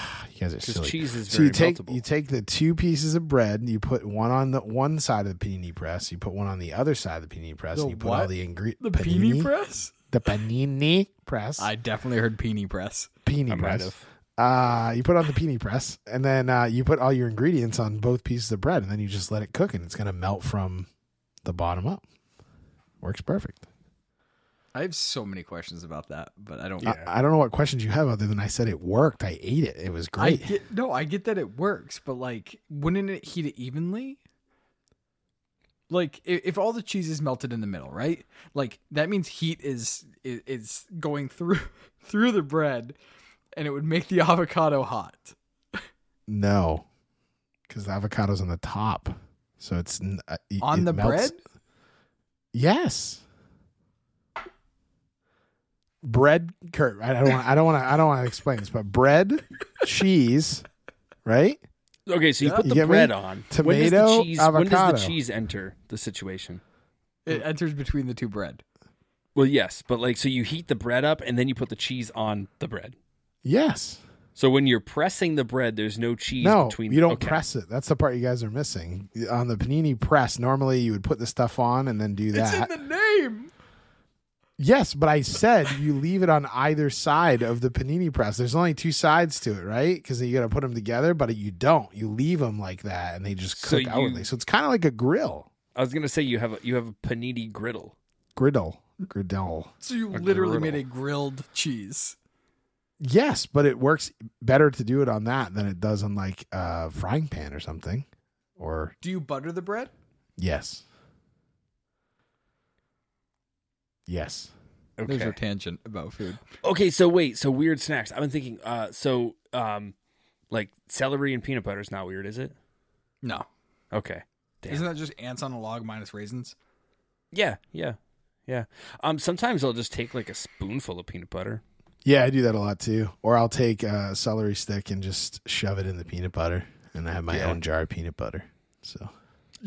guys are because silly. cheese is So very you take meltable. you take the two pieces of bread, you put one on the one side of the panini press, you put one on the other side of the panini press, The and you put all what? the ingredients. The peony press? The panini press. I definitely heard peony press. panini I might press. have. Uh, you put it on the panini press, and then uh, you put all your ingredients on both pieces of bread, and then you just let it cook, and it's gonna melt from the bottom up. Works perfect. I have so many questions about that, but I don't. I- I, don't know what questions you have other than I said it worked. I ate it. It was I great. get no, I get that it works, but like, wouldn't it heat it evenly? Like, if, if all the cheese is melted in the middle, right? Like that means heat is is, is going through through the bread, and it would make the avocado hot. No, because the avocado's on the top, so it's n- uh, y- On it the melts- bread? Yes. Bread, Kurt. I don't. Want, I don't want to. I don't want to explain this, but bread, cheese, right? Okay, so you Yeah. put You the get me? bread on. when does Tomato, the cheese, When does avocado. the cheese enter the situation? It enters between the two bread. Well, yes, but like, so you heat the bread up and then you put the cheese on the bread. Yes. So when you're pressing the bread, there's no cheese no, between. you don't okay. press it. That's the part you guys are missing. On the panini press, normally you would put the stuff on and then do that. It's in the name. Yes, but I said you leave it on either side of the panini press. There's only two sides to it, right? Because you got to put them together, but you don't. You leave them like that, and they just So cook you- outwardly. So it's kind of like a grill, I was gonna say you have a, you have a panini griddle. griddle, griddle. So you A griddle. literally made a grilled cheese. Yes, but it works better to do it on that than it does on like a frying pan or something. Or Do you butter the bread? yes. Yes. There's Okay. our tangent about food. Okay, so wait, so weird snacks. I've been thinking uh so um like celery and peanut butter is not weird, is it? No. Okay. Damn. Isn't that just ants on a log minus raisins? Yeah, yeah. Yeah. Um sometimes I'll just take like a spoonful of peanut butter. Yeah, I do that a lot too. Or I'll take a celery stick and just shove it in the peanut butter, and I have my Yeah. own jar of peanut butter. So You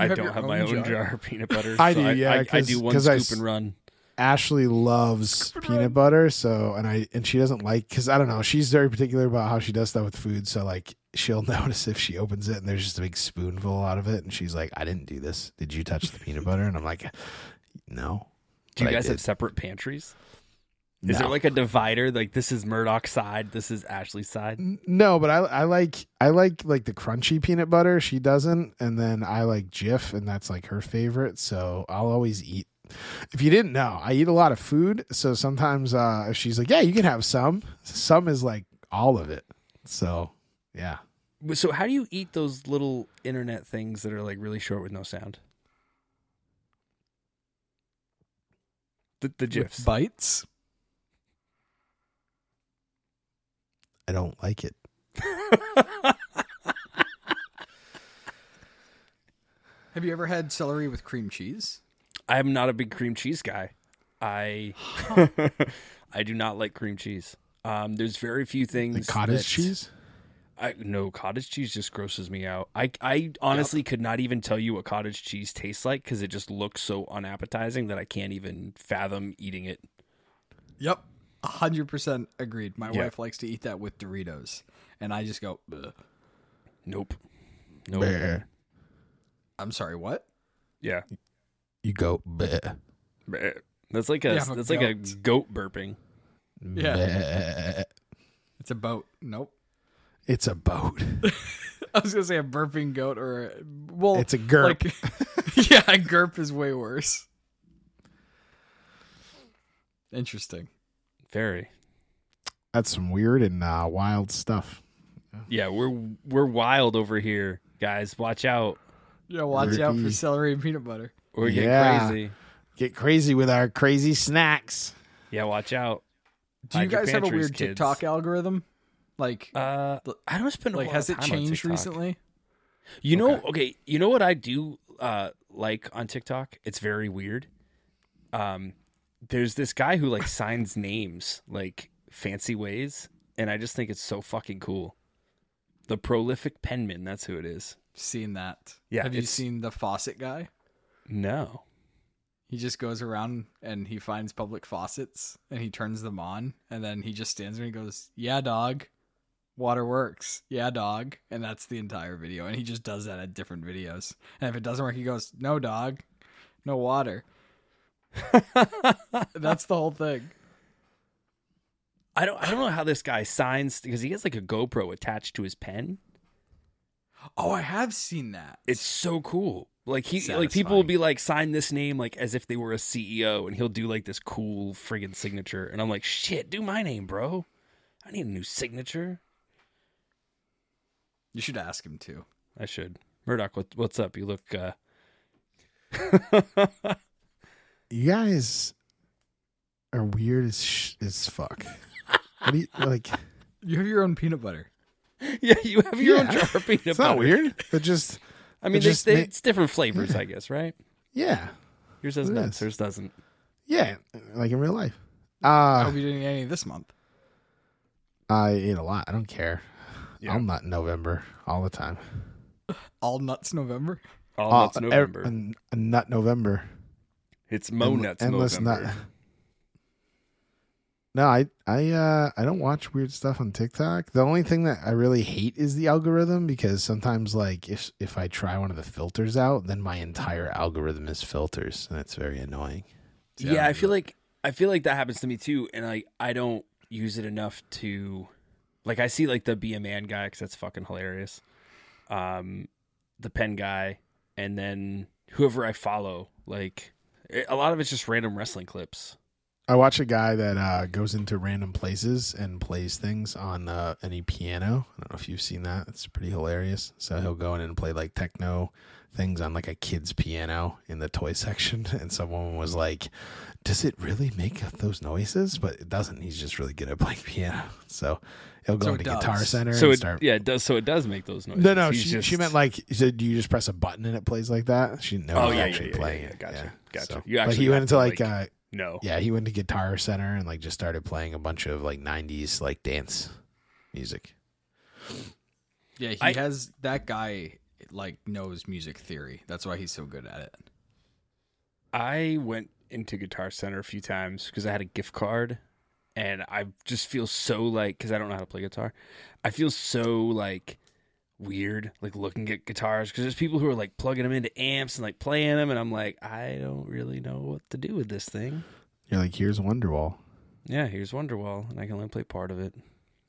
I have don't your have my own own jar. jar of peanut butter. I so do, yeah, I, I 'cause- do one 'cause I scoop and run. Ashley loves peanut butter, so and I and she doesn't like because I don't know. She's very particular about how she does stuff with food, so like she'll notice if she opens it and there's just a big spoonful out of it, and she's like, "I didn't do this. Did you touch the peanut butter?" And I'm like, "No." Do you But I guys did. have separate pantries? Is no. there like a divider? Like this is Murdoch's side, this is Ashley's side. N- No, but I I like I like like the crunchy peanut butter. She doesn't, and then I like Jif, and that's like her favorite. So I'll always eat. If you didn't know, I eat a lot of food. So sometimes uh, if she's like, "Yeah, you can have some," some is like all of it. So yeah, So how do you eat those little internet things that are like really short with no sound? The, the gifs. With bites? I don't like it. Have you ever had celery with cream cheese? I'm not a big cream cheese guy. I I do not like cream cheese. Um, there's very few things. Like cottage that- cheese. I, no, cottage cheese just grosses me out. I I honestly could not even tell you what cottage cheese tastes like because it just looks so unappetizing that I can't even fathom eating it. Yep. 100% agreed. My Yeah. wife likes to eat that with Doritos. And I just go, "Ugh." Nope. Nope. Bleh. I'm sorry, what? Yeah. You go. Bleh. Bleh. That's like a Yeah, but that's like a goat burping. Yeah. Bleh. It's a boat. Nope. It's a boat. I was going to say a burping goat or a. Well, It's a gurp. Like, yeah, a GURP is way worse. Interesting. Very. That's some weird and uh, wild stuff. Yeah, we're we're wild over here, guys. Watch out. Yeah, watch out for Ricky. celery and peanut butter. We're getting Yeah. crazy. Get crazy with our crazy snacks. Yeah, watch out. Do you Hide your guys have a pantries, weird kids. TikTok algorithm? Like, Uh, I don't spend a like whole lot has of it time on changed TikTok. recently? You know, okay. you know what I do uh like on TikTok? It's very weird. Um there's this guy who like signs names like fancy ways and I just think it's so fucking cool. The prolific penman, that's who it is. Seen that? Yeah, Have you it's- seen the faucet guy? No. He just goes around and he finds public faucets and he turns them on and then he just stands there and he goes, "Yeah, dog, water works. Yeah, dog," and that's the entire video. And he just does that at different videos. And if it doesn't work, he goes, "No, dog, no water." that's the whole thing. I don't I don't know how this guy signs because he has like a GoPro attached to his pen. Oh, I have seen that. It's so cool. Like he like people will be like sign this name like as if they were a CEO and he'll do like this cool friggin' signature and I'm like, "Shit, do my name, bro. I need a new signature." you should ask him to. I should. Murdoch, what, what's up? You look uh you guys are weird as sh- as fuck. What do you like? You have your own peanut butter. Yeah, you have your own Yeah. jar of peanut It's butter. not weird, but just I mean, It they, just they, ma- it's different flavors, I guess, right? yeah, Yours has It nuts, is. hers doesn't. yeah, like in real life. I Uh, hope you didn't get any this month. I eat a lot. I don't care. Yeah. I'm not November all the time. All nuts November. All Uh, nuts November. ev- n- nut November. it's Mo End- nuts endless November. nut. No, I I uh I don't watch weird stuff on TikTok. The only thing that I really hate is the algorithm because sometimes like if if I try one of the filters out, then my entire algorithm is filters and it's very annoying. Yeah, I feel like I feel like that happens to me too, and I I don't use it enough to, like I see like the be a man guy because that's fucking hilarious, um, the pen guy, and eh, then whoever I follow, like it- a lot of it's just random wrestling clips. I watch a guy that uh, goes into random places and plays things on uh, any piano. I don't know if you've seen that. It's pretty hilarious. So he'll go in and play like techno things on like a kid's piano in the toy section. And someone was like, Does it really make those noises? But it doesn't. He's just really good at playing piano. So he'll go So it into does. Guitar Center So and it, start. yeah, it does. So it does make those noises. No, no, He's she, just- she meant like, she said, do you just press a button and it plays like that? She didn't know Oh, he was yeah, yeah, actually yeah, yeah, playing yeah. it. Gotcha, Yeah. gotcha. So- You but actually he went have into to, like, like- uh, no. yeah, he went to Guitar Center and like just started playing a bunch of like '90s like dance music. Yeah, he I- has that guy like knows music theory. That's why he's so good at it. I went into Guitar Center a few times because I had a gift card, and I just feel so like because I don't know how to play guitar, I feel so like weird like looking at guitars because there's people who are like plugging them into amps and like playing them, and I'm like I don't really know what to do with this thing. You're like, here's Wonderwall. Yeah, here's Wonderwall, and I can only play part of it.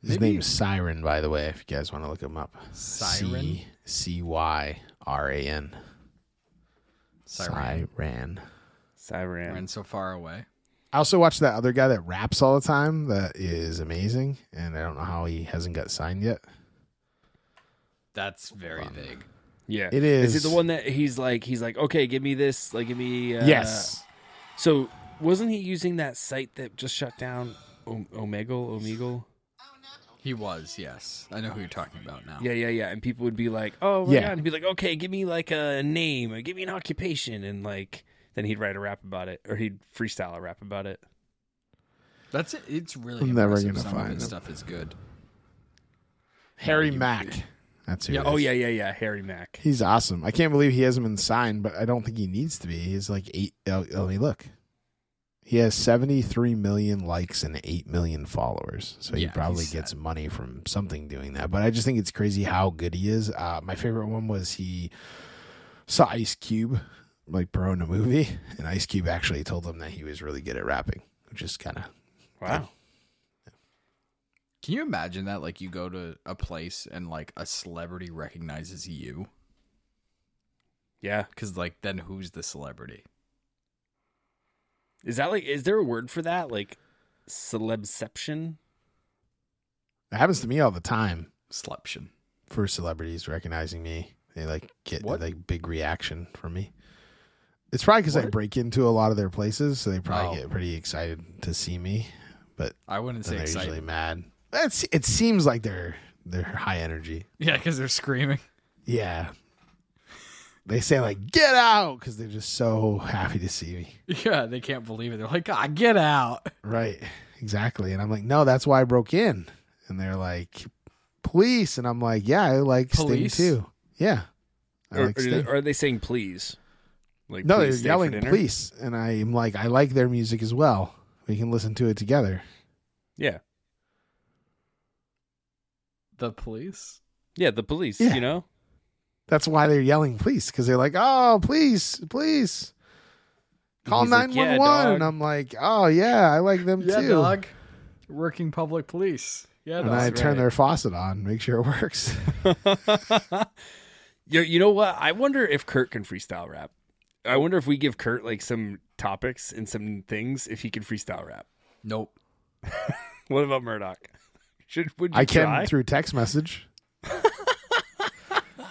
His Maybe- name's Siren, by the way. If you guys want to look him up, Siren? C Y R A N. Siren. Siren. We're Siren. in so far away. I also watch that other guy that raps all the time. That is amazing, and I don't know how he hasn't got signed yet. That's very Fun. vague. Yeah, It Is it is- the one that he's like he's like okay, give me this, like give me uh, yes, So wasn't he using that site that just shut down? O- Omegle, Omegle. He was, yes. I know who you're talking about now. Yeah, yeah, yeah. And people would be like, "Oh, my Yeah. God. And he'd be like, "Okay, give me like a name, or give me an occupation," and like then he'd write a rap about it, or he'd freestyle a rap about it. That's it. It's really I'm never impressive. gonna Some of find his him. stuff is good. Harry Mack. That's who. Yeah, it Oh is. yeah, yeah, yeah. Harry Mack. He's awesome. I can't believe he hasn't been signed, but I don't think he needs to be. He's like eight. Oh, let me look. He has 73 million likes and 8 million followers. So he Yeah, probably he's gets set. money from something doing that. But I just think it's crazy how good he is. Uh, my favorite one was he saw Ice Cube like pro in a movie, and Ice Cube actually told him that he was really good at rapping, which is kind of. Wow. Can you imagine that? Like you go to a place and like a celebrity recognizes you, Yeah. because like then who's the celebrity? Is that like? Is there a word for that? Like celebception? It happens to me all the time Sleption. for celebrities recognizing me. They like get What? like big reaction from me. It's probably because I What? break into a lot of their places, so they probably Oh. get pretty excited to see me. But I wouldn't then say they're excited. usually mad. That's it. Seems like they're they're high energy. Yeah, because they're screaming. Yeah, they say like "get out" because they're just so happy to see me. Yeah, they can't believe it. They're like, God, get out. Right, exactly. And I'm like, no, that's why I broke in. And they're like, police. And I'm like, yeah, I like Police? Sting too. Yeah, I Or, like or- Sting. or are they saying please? Like No, please they're stay for yelling dinner? police, and I'm like, I like their music as well. We can listen to it together. Yeah, The police. yeah. The police. Yeah. You know. That's why they're yelling police because they're like, oh, please, please, call He's like, nine one "Yeah, one. dog. And I'm like, oh yeah, I like them Yeah, too. dog. Working public police. Yeah, And dog. I turn right. their faucet on, make sure it works. you, you know what? I wonder if Kurt can freestyle rap. I wonder if we give Kurt like some topics and some things if he can freestyle rap. Nope. What about Murdoch? Should would you I can try? through text message.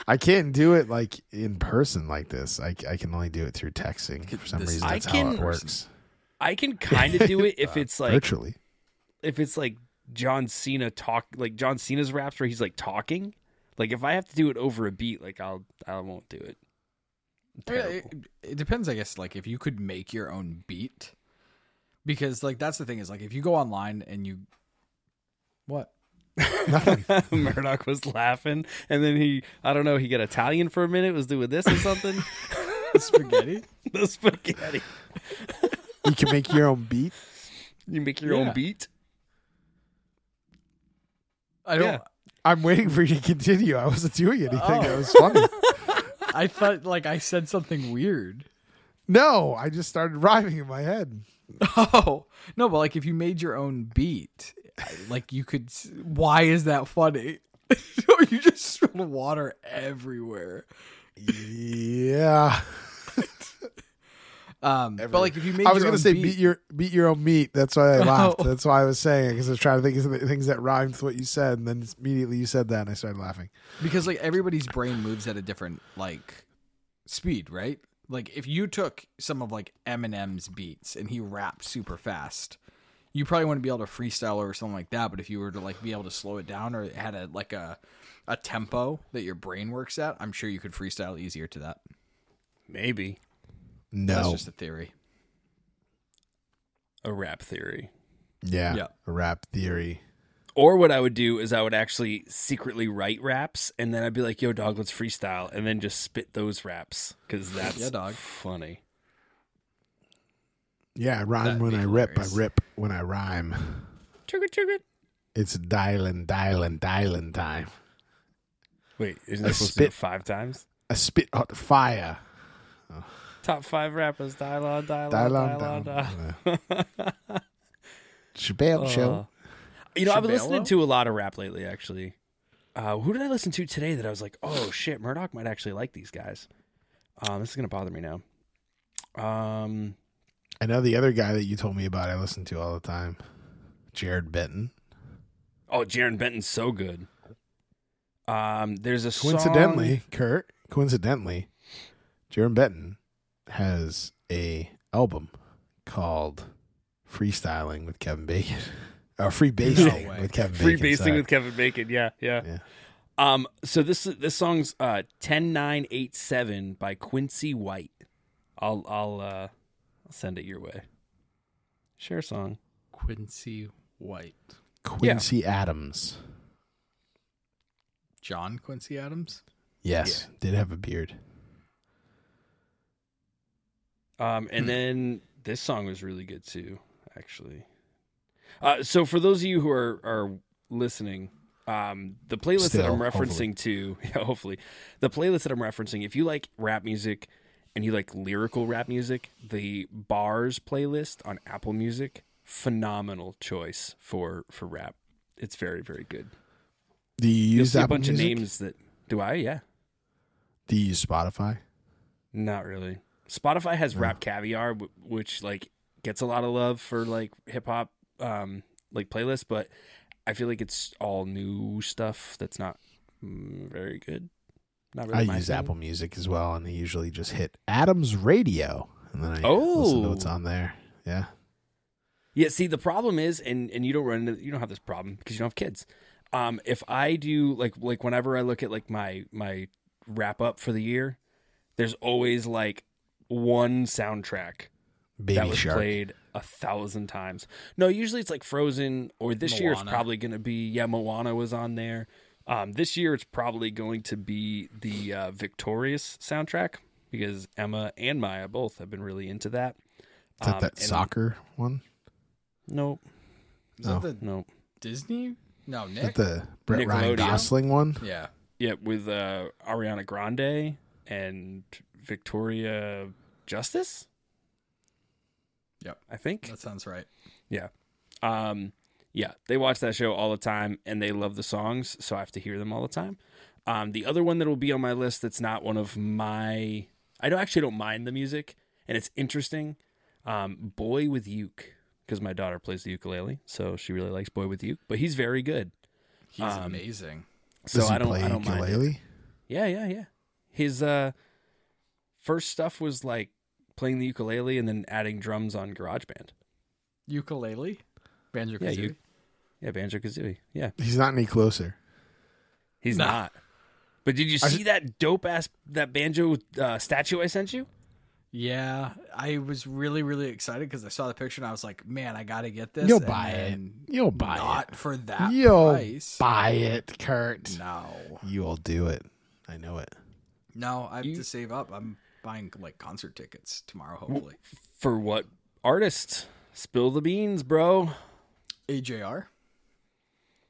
I can't do it like in person like this. I, I can only do it through texting for some This- reason. I That's how can- it works I can kind of do it Uh, if it's like virtually. if it's like John Cena talk like John Cena's raps where he's like talking. Like if I have to do it over a beat, like I'll I won't do it. I mean, Terrible. It, it depends, I guess. Like if you could make your own beat, because like that's the thing is like if you go online and you, what? Murdoch was laughing, and then he I don't know he got Italian for a minute was doing this or something. Spaghetti. the spaghetti. You can make your own beat. You make your Yeah. own beat. I don't. Yeah. I'm waiting for you to continue. I wasn't doing anything. That was Oh. funny. I thought like I said something weird. no, I just started rhyming in my head. Oh no, but like if you made your own beat, I- like you could. s- Why is that funny? you just spilled water everywhere. Yeah. Um, but like if you made, I was your gonna own say beat, beat your beat your own meat. That's why I laughed. Oh. That's why I was saying because I was trying to think of some things that rhymed with what you said, and then immediately you said that, and I started laughing. because like everybody's brain moves at a different like speed, right? Like if you took some of like Eminem's beats and he rapped super fast, you probably wouldn't be able to freestyle or something like that. But if you were to like be able to slow it down or it had a like a a tempo that your brain works at, I'm sure you could freestyle easier to that. Maybe That's No, just a theory. a rap theory. yeah, Yeah. rap theory. Or what I would do is I would actually secretly write raps, and then I'd be like, "Yo, dog, let's freestyle," and then just spit those raps because that's Yeah, dog. funny. Yeah, I rhyme That'd when be I rip. I hilarious. rip when I rhyme. Chugga chugga. It's dialing, dialing, dialing time. Wait, isn't I that supposed to do it spit- five times? I spit hot fire. Top five rappers, dialogue, Oh, dialogue, Dialing, dialogue, dialogue. dialing. Uh, Shabam Oh. show. You know, I've been listening Shabello? to a lot of rap lately, actually. Uh, who did I listen to today that I was like, oh shit, Murdoch might actually like these guys? Um, this is gonna bother me now. Um, I know the other guy that you told me about. I listen to all the time. Jared Benton. oh, Jaron Benton's so good. Um, there's a song- Coincidentally, Kurt. Coincidentally, Jaron Benton has a album called "Freestyling with Kevin Bacon" or "Free Basing way. with Kevin free Bacon." basing sorry. with Kevin Bacon. Yeah, yeah. Yeah. Um, so this this song's uh ten nine eight seven by Quincy White. I'll I'll uh I'll send it your way. Share a song. Quincy White, Quincy Adams. John Quincy Adams. Yes, did have a beard. Um, Hmm. and then this song was really good too, actually. Uh, so for those of you who are are listening, um, the playlist that Still, I'm referencing to, yeah, hopefully, the playlist that I'm referencing. If you like rap music and you like lyrical rap music, the Bars playlist on Apple Music, phenomenal choice for for rap. It's very very good. Do you You'll use see a Apple bunch Music? of names that do I? Yeah, Do you use Spotify? Not really. Spotify has Rap Caviar, wh- which like gets a lot of love for like hip hop um like playlists, but I feel like it's all new stuff that's not mm, very good. Not really. I my use thing. Apple Music as well, and I usually just hit Adams Radio, and then I listen to what's Oh. on there. Yeah, Yeah. See, the problem is, and and you don't run into you don't have this problem because you don't have kids. Um, if I do like like whenever I look at like my my wrap up for the year, there's always like one soundtrack Baby that was Shark. played a thousand times. No, usually it's like Frozen, or this year it's Moana. probably going to be yeah, Moana was on there. Um, this year it's probably going to be the uh, Victorious soundtrack because Emma and Maya both have been really into that. Is that Um, that and- soccer one? Nope, Is Oh. that the nope. Disney? No, Is that Nick. the Brett Ryan Eh, Nickelodeon. Gosling one? yeah, Yeah, with uh, Ariana Grande and Victoria Justice. Yep. I think that sounds right. Um, yeah, they watch that show all the time and they love the songs, so I have to hear them all the time. Um, the other one that will be on my list that's not one of my I don't actually don't mind the music and it's interesting. Um, Boy with Uke because my daughter plays the ukulele, so she really likes Boy with Uke, but he's very good. He's Um, amazing. So Does he I don't play I don't mind. it. ukulele? Yeah, yeah, yeah. His uh first stuff was like playing the ukulele and then adding drums on GarageBand. Ukulele, banjo Yeah, kazooie. you- Yeah, Banjo Kazooie. Yeah. He's not any closer. He's Nah. not. But did you I see that dope ass that banjo uh, statue I sent you? Yeah, I was really really excited because I saw the picture and I was like, man, I gotta get this. You'll and buy it. then You'll buy not for that it. You'll price. buy it, Kurt. no, You'll do it. I know it. no, I have You- to save up. I'm buying like concert tickets tomorrow, hopefully. For what artist? Spill the beans, bro. AJR.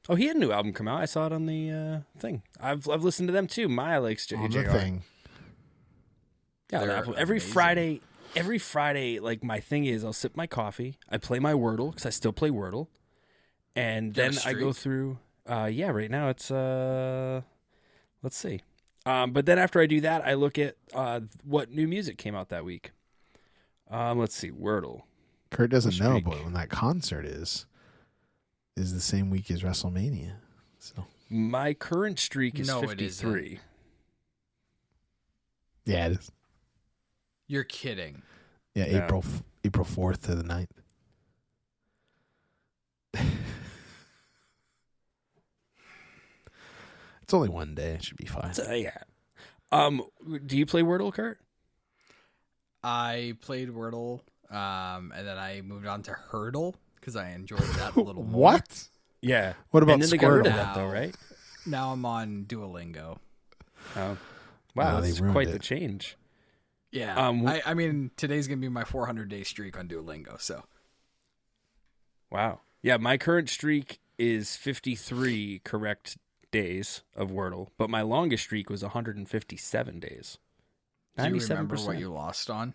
Oh, he had a new album come out. I saw it on the uh, thing. I've I've listened to them too. Maya likes J- On the JR. thing. Yeah, on They're Apple. every amazing. Friday, every Friday, like my thing is, I'll sip my coffee. I play my Wordle because I still play Wordle, and You have then a I go streak? through. Uh, yeah, right now it's uh, let's see. Um, but then after I do that, I look at uh, what new music came out that week. Um, let's see, Wordle. Kurt doesn't know, Streak. but when that concert is, is the same week as WrestleMania. So My current streak is No, it isn't. 53. yeah, it is. You're kidding. Yeah, Yeah. April f- April fourth to the 9th. it's only one day. It should be fine. So, yeah. Um, do you play Wordle, Kurt? I played Wordle, um, and then I moved on to Hurdle because I enjoyed that a little more. What? Yeah. What about and then they got rid of Squirtle? that though, right? Now I'm on Duolingo. Um, wow, No, they that's ruined quite it. the change. Yeah. Um, I, I mean, today's gonna be my 400 day streak on Duolingo. So Wow. Yeah, my current streak is 53 correct days of Wordle, but my longest streak was 157 days. do you 97%. remember what you lost on?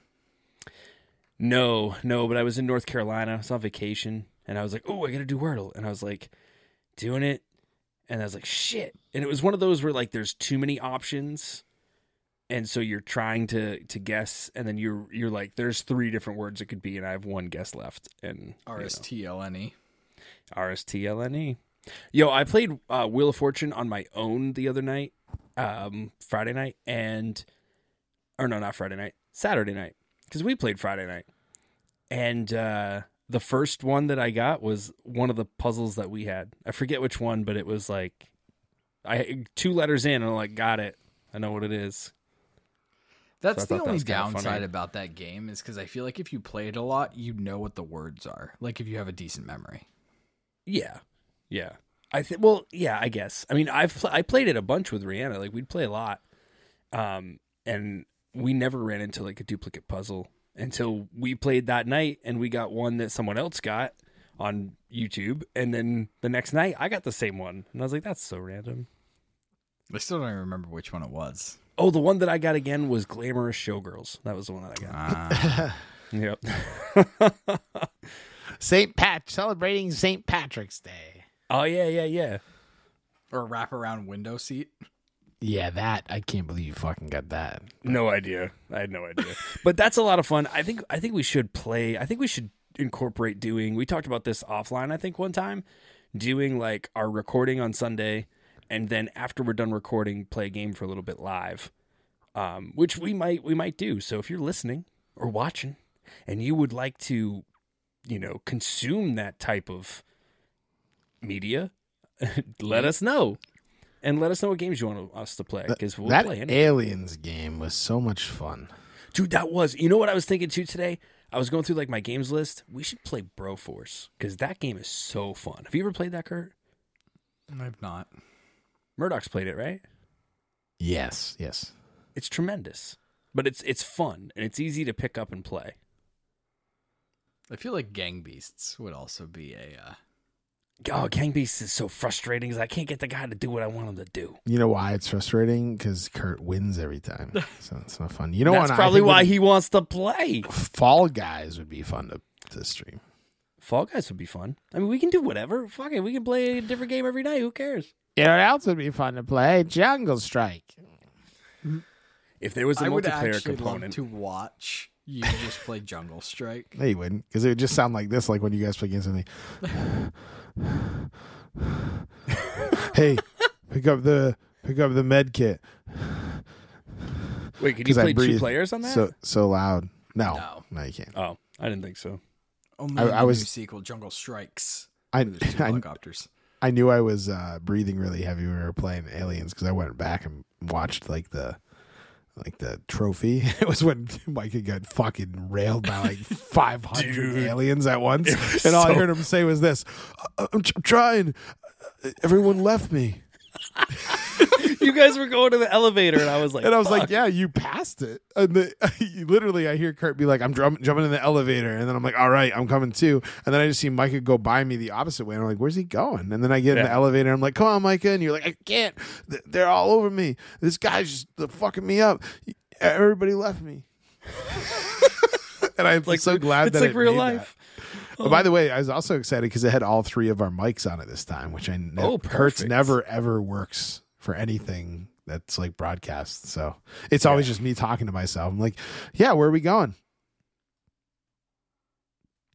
No, no, but I was in North Carolina. I was on vacation and I was like, oh, I got to do Wordle. And I was like, doing it. And I was like, shit. And it was one of those where like there's too many options. And so you're trying to to guess, and then you're you're like, there's three different words it could be, and I have one guess left. And you R know. S T L N E. R S T L N E. Yo, I played uh, Wheel of Fortune on my own the other night, um, Friday night, and or no, not Friday night, Saturday night, because we played Friday night, and uh, the first one that I got was one of the puzzles that we had. I forget which one, but it was like I two letters in, and I'm like, got it. I know what it is. That's So I the thought that only was kinda funny. downside about that game is because I feel like if you play it a lot, you know what the words are. Like if you have a decent memory. Yeah, yeah. I think. Well, yeah. I guess. I mean, I've pl- I played it a bunch with Rihanna. Like we'd play a lot, um, and we never ran into like a duplicate puzzle until we played that night, and we got one that someone else got on YouTube, and then the next night I got the same one, and I was like, that's so random. I still don't even remember which one it was. Oh, the one that I got again was Glamorous Showgirls. That was the one that I got. Uh, Yep. St. Pat celebrating St. Patrick's Day. oh yeah, yeah, yeah. or a wraparound window seat. Yeah, that I can't believe you fucking got that. No idea. I had no idea. but that's a lot of fun. I think I think we should play. I think we should incorporate doing. We talked about this offline. I think one time, doing like our recording on Sunday, and then after we're done recording, play a game for a little bit live, um, which we might we might do. So if you're listening or watching, and you would like to, you know, consume that type of media, let us know. And let us know what games you want us to play because we'll that play any. aliens game was so much fun. Dude, that was. You know what I was thinking too today? I was going through like my games list. We should play Broforce because that game is so fun. Have you ever played that, Kurt? I've not. Murdoch's played it, right? Yes, yes. It's tremendous, but it's it's fun and it's easy to pick up and play. I feel like Gang Beasts would also be a. Uh, Oh, Gang Beasts is so frustrating because I can't get the guy to do what I want him to do. You know why it's frustrating? Because Kurt wins every time, so it's not fun. You know That's what? I probably think why would- he wants to play. Fall Guys would be fun to, to stream. Fall Guys would be fun. I mean, we can do whatever. Fuck it, we can play a different game every night. Who cares? You know what else would be fun to play? Jungle Strike. If there was a I would multiplayer actually love component, to watch you just play Jungle Strike. No, you wouldn't, because it would just sound like this, like when you guys play games with me. hey, pick up the pick up the med kit. wait, could you 'cause I play two breathe players on that? So so loud. No, No. no, you can't. oh, I didn't think so. Only I- in I Oh, the new was- sequel Jungle Strikes. I There's two I, helicopters. I knew I was uh, breathing really heavy when we were playing Aliens because I went back and watched like the like the trophy. It was when Micah got fucking railed by like five hundred Dude. aliens at once, was and all I so- heard him say was this: "I- "I'm tr- trying. Uh, Everyone left me." you guys were going to the elevator, and I was like, And I was "Fuck." like, "Yeah, you passed it." And the, you- literally, I hear Kurt be like, "I'm drum- jumping in the elevator," and then I'm like, "All right, I'm coming too." And then I just see Micah go by me the opposite way, and I'm like, "Where's he going?" And then I get in Yeah. the elevator, and I'm like, "Come on, Micah!" And you're like, "I can't. Th- They're all over me. This guy's just the fucking me up. E-, Everybody left me." and I'm like so glad it's that like it real made life. that. Oh. But by the way, I was also excited because it had all three of our mics on it this time, which I know Oh, Kurt's perfect. never ever works for anything that's like broadcast. So it's always just me talking to myself. I'm like, yeah, where are we going?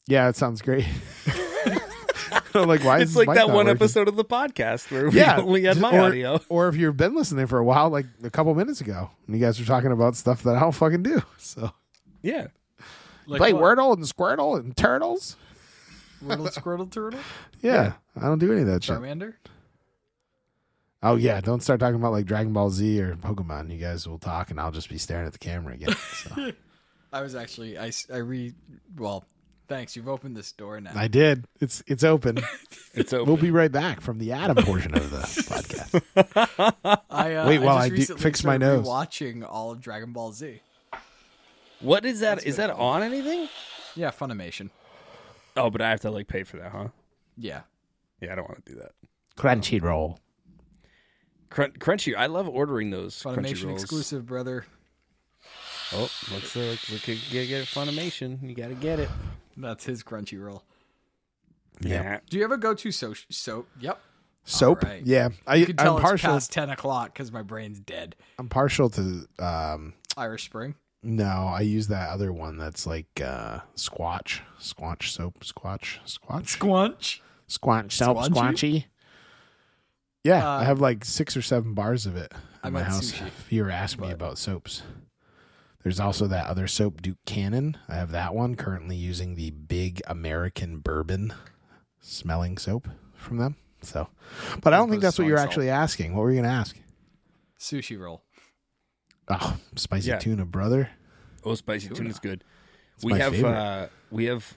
Yeah, it sounds great. I'm like, why? It's is like Mike that not one working? episode of the podcast where we Yeah, only had just- my or, audio. Or if you've been listening for a while, like a couple minutes ago, and you guys were talking about stuff that I don't fucking do. So Yeah. Like play what? Wordle and Squirtle and Turtles. Riddle, Squirtle, Turtle, Yeah, I don't do any of that shit. Charmander. Oh yeah, don't start talking about like Dragon Ball Z or Pokemon. You guys will talk, and I'll just be staring at the camera again. So. I was actually I s- I re well. Thanks, you've opened this door now. I did. It's it's open. It's open. We'll be right back from the Adam portion of the podcast. I uh, Wait, while just I do- recently fix my started nose. Watching all of Dragon Ball Z. What is that? Is that on anything? Yeah, Funimation. Oh, but I have to like pay for that, huh? Yeah, Yeah, I don't want to do that. Crunchyroll. Crun- Crunchy, I love ordering those Crunchy Funimation rolls. exclusive, brother. Oh, looks like we could get, get it Funimation. You got to get it. That's his Crunchyroll. Yeah. Do you ever go to so so? Yep. Soap. right. Yeah, I, You can tell I'm it's partial. past ten o'clock because my brain's dead. I'm partial to. Um, Irish Spring. no, I use that other one that's like uh, Squatch, Squatch soap, Squatch, Squatch, Squanch. Squanch soap Squanchy? squanchy. Yeah, Uh, I have like six or seven bars of it I at my meant house. sushi, if you were asking me but- about soaps, there's also that other soap, Duke Cannon. I have that one currently using the Big American Bourbon smelling soap from them. So, but I don't think those that's what you're smelling actually asking. What were you going to ask? Sushi roll. Oh, spicy Yeah. tuna, brother. Oh, spicy tuna is good. we my have favorite. uh we have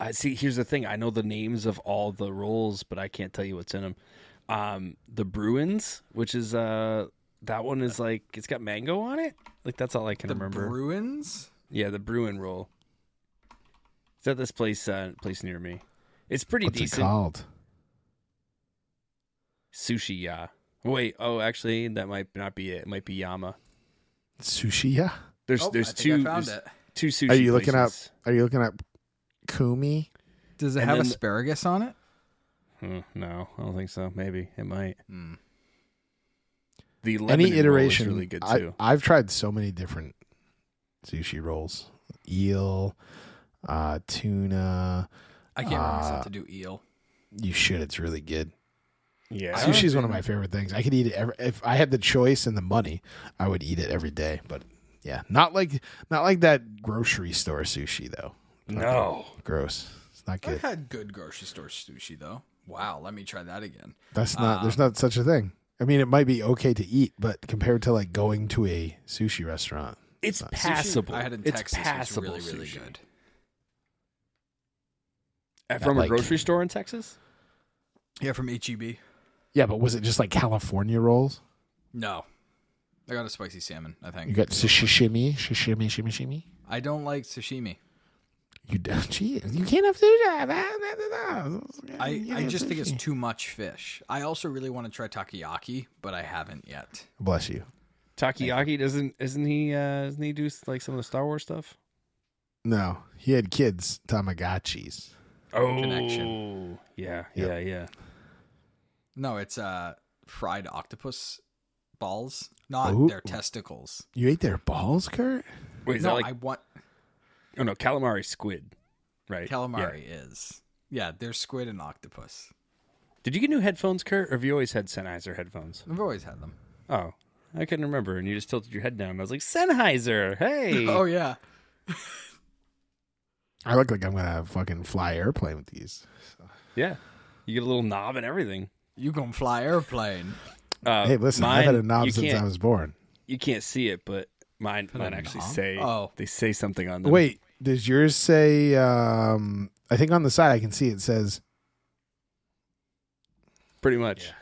I see here's the thing. I know the names of all the rolls, but I can't tell you what's in them. Um the Bruins, which is uh that one is like it's got mango on it. Like that's all I can The remember. Bruins. yeah, the Bruin roll. It's at this place uh place near me. It's pretty What's it decent. called? Sushi ya. Wait, oh actually that might not be it. It might be Yama. Sushi. Yeah. There's Oh, there's I think two I found there's it. two sushi Are you looking up? places. Are you looking up Kumi? Does it and have then- asparagus on it? Hmm, no, I don't think so. Maybe it might. Hmm. The Any Lebanon iteration. roll is really good I, too. I've tried so many different sushi rolls: eel, uh, tuna. I can't remember Uh, myself to do Ah, eel. You should. It's really good. yeah, Sushi is one of my favorite things. I could eat it every, if I had the choice and the money. I would eat it every day. But yeah, not like not like that grocery store sushi though. no. Gross. It's not good. I've had good grocery store sushi though. Wow, let me try that again. That's not. Ah. there's not such a thing. I mean, it might be okay to eat, but compared to like going to a sushi restaurant, It's Sushi, passable. I had in it's Texas. It's passable really, really sushi. good. Uh, From like- a grocery store in Texas? Yeah, from E HEB. yeah. But was it just like California rolls? No, I got a spicy salmon. I think You got sashimi, sashimi, shimi, shimi. I don't like sashimi. You don't. Gee, you can't have Ah, sushi. I, You I can't just have think it's sushi. too much fish. I also really want to try takoyaki, but I haven't yet. bless you. Takiyaki doesn't isn't he uh doesn't he do like some of the Star Wars stuff? No, he had kids, Tamagotchis. Oh Connection. yeah, Yep. yeah, yeah. No, it's uh fried octopus balls, not Ooh. their testicles. You ate their balls, Kurt? Wait, is no, that like I want oh no, calamari squid. Right. Yeah. calamari is. Yeah, they're squid and octopus. Did you get new headphones, Kurt, or have you always had Sennheiser headphones? I've always had them. Oh. I couldn't remember, and you just tilted your head down. and I was like, Sennheiser, hey. Oh yeah. I look like I'm gonna fucking fly airplane with these. Yeah. You get a little knob and everything. You gonna fly airplane. Uh, Hey, listen, I've mine, had a knob you since can't- I was born. you can't see it, but mine mine actually knob? say Oh. they say something on them. Wait, does yours say? um I think on the side I can see it says pretty much.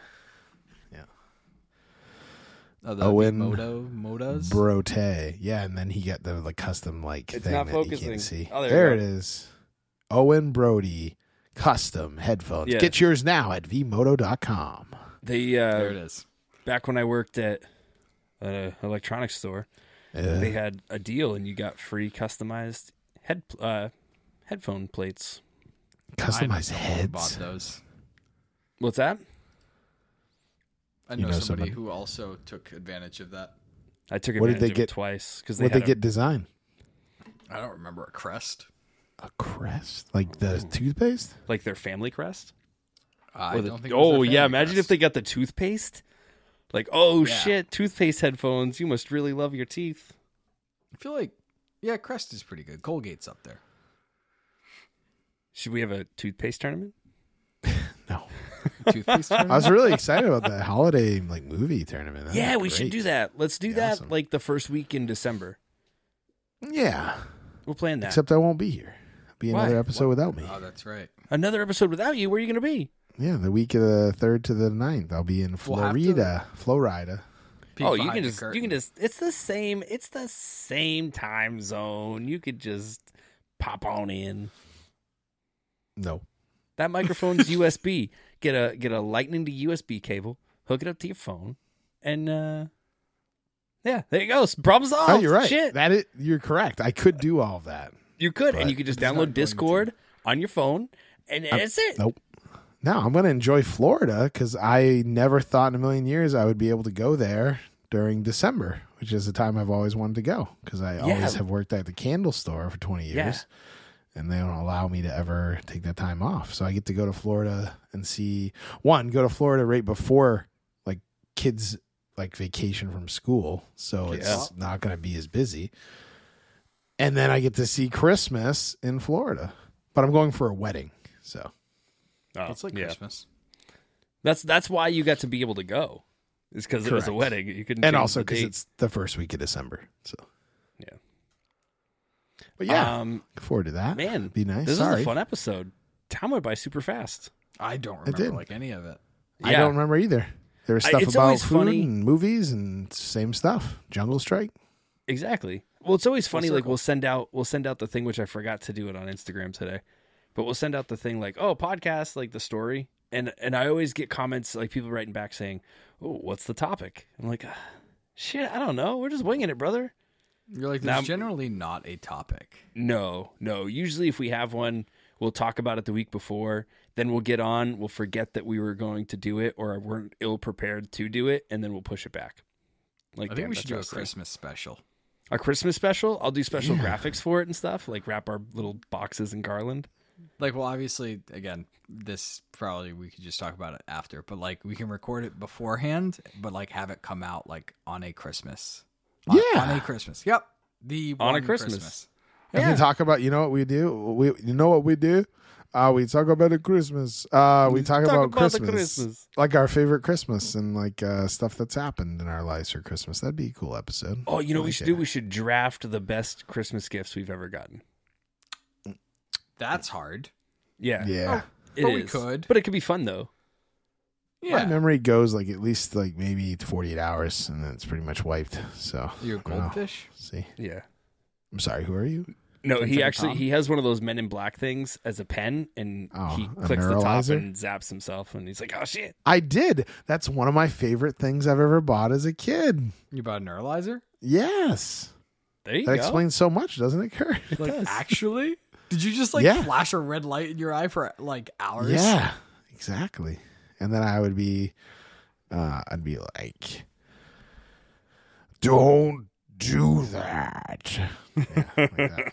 Oh, the Owen Moto Motos. brote. Yeah, and then he got the like custom like It's thing not that you focusing. can't see. Oh, there there you it go. is. Owen Brody custom headphones. Yeah. Get yours now at vmoto.com. They there it uh, is. back when I worked at an electronics store, they Uh, had a deal and you got free customized head uh, headphone plates. customized Bought heads. those. What's that? I You know, know somebody someone- who also took advantage of that. I took What did advantage they of it get- twice because they What they had a- get design? I don't remember a crest. A crest, like the toothpaste. Like their family crest? I Or the- don't think it was oh, their yeah. family Imagine if crest. they got the toothpaste. Like, oh, Yeah. shit, toothpaste headphones. You must really love your teeth. I feel like yeah, Crest is pretty good. Colgate's up there. Should we have a toothpaste tournament? No, Toothpaste. I was really excited about that holiday like movie tournament. That'd yeah, be we should Oh, great. do that. Let's do Be that awesome. like the first week in December. Yeah, We'll plan that. except I won't be here. Be Why? another episode without me. oh, that's right. Another episode without you. Where are you going to be? Yeah, the week of the third to the 9th, I'll be in We'll have to- Florida. Florida. Peek oh, you behind can the just you curtain. can just it's the same it's the same time zone. You could just pop on in. No. That microphone's USB. Get a get a lightning to USB cable, hook it up to your phone, and uh yeah, there you go. S- Problem solved. Oh, you're right. Shit. That is, you're correct. I could do all of that. you could, But and you could just it's not going download to. Discord on your phone, and that's it. Nope. No, I'm going to enjoy Florida because I never thought in a million years I would be able to go there during December, which is the time I've always wanted to go because I always have worked at the candle store for 20 years. Yeah. And they don't allow me to ever take that time off. So I get to go to Florida and see one, go to Florida right before like kids like vacation from school. So it's not going to be as busy. And then I get to see Christmas in Florida. But I'm going for a wedding. So Oh, It's like yeah. Christmas. That's that's why you got to be able to go. It's because it was a Correct. wedding. You couldn't and change also the because date. it's the first week of December. So Yeah. but yeah, Um, look forward to that. man, be nice. This Sorry, is a fun episode. Time went by super fast. I don't It remember did. like any of it. I Yeah. don't remember either. There was I- stuff it's about always food funny- and movies and same stuff. Jungle Strike. Exactly. Well, it's always funny. Like circle. we'll send out we'll send out the thing which I forgot to do it on Instagram today, but we'll send out the thing like oh podcast like the story and and I always get comments like people writing back saying oh what's the topic I'm like ah, shit I don't know we're just winging it brother You're like, Now- there's generally not a topic. No, no. Usually, if we have one, we'll talk about it the week before. Then we'll get on. We'll forget that we were going to do it or weren't ill prepared to do it, and then we'll push it back. Like I damn, think we that's should do a wrestling. Christmas special. a Christmas special. I'll do special Yeah. graphics for it and stuff. Like wrap our little boxes in garland. Like, well, obviously, again, this probably we could just talk about it after, but like we can record it beforehand, but like have it come out like on a Christmas. On, Yeah. on a Christmas. Yep, the On a one Christmas. We can talk about you know what we do. We you know what we do. Uh, we talk about the Christmas. Uh, we talk, Talk about, about the Christmas. Christmas. like our favorite Christmas and like uh, stuff that's happened in our lives for Christmas. That'd be a cool episode. Oh, you know what we Like should that. do? We should draft the best Christmas gifts we've ever gotten. That's hard. Yeah, Oh, Yeah, it but we is. could. But it could be fun though. my memory goes like at least like maybe forty eight hours, and then it's pretty much wiped. So You're a I don't know. goldfish? See, Yeah. I'm sorry. Who are you? No, It's he like a actually Tom? he has one of those Men in Black things as a pen, and Oh, he a clicks the top neuralizer? and zaps himself, and he's like, "Oh shit!" I did. That's one of my favorite things I've ever bought as a kid. You bought a neuralizer? Yes, There you that go. explains so much, doesn't it, Kurt? Like, actually? Did you just like Yeah. flash a red light in your eye for like hours? Yeah, exactly. And then I would be, uh, I'd be like, "Don't do that." Yeah, like that.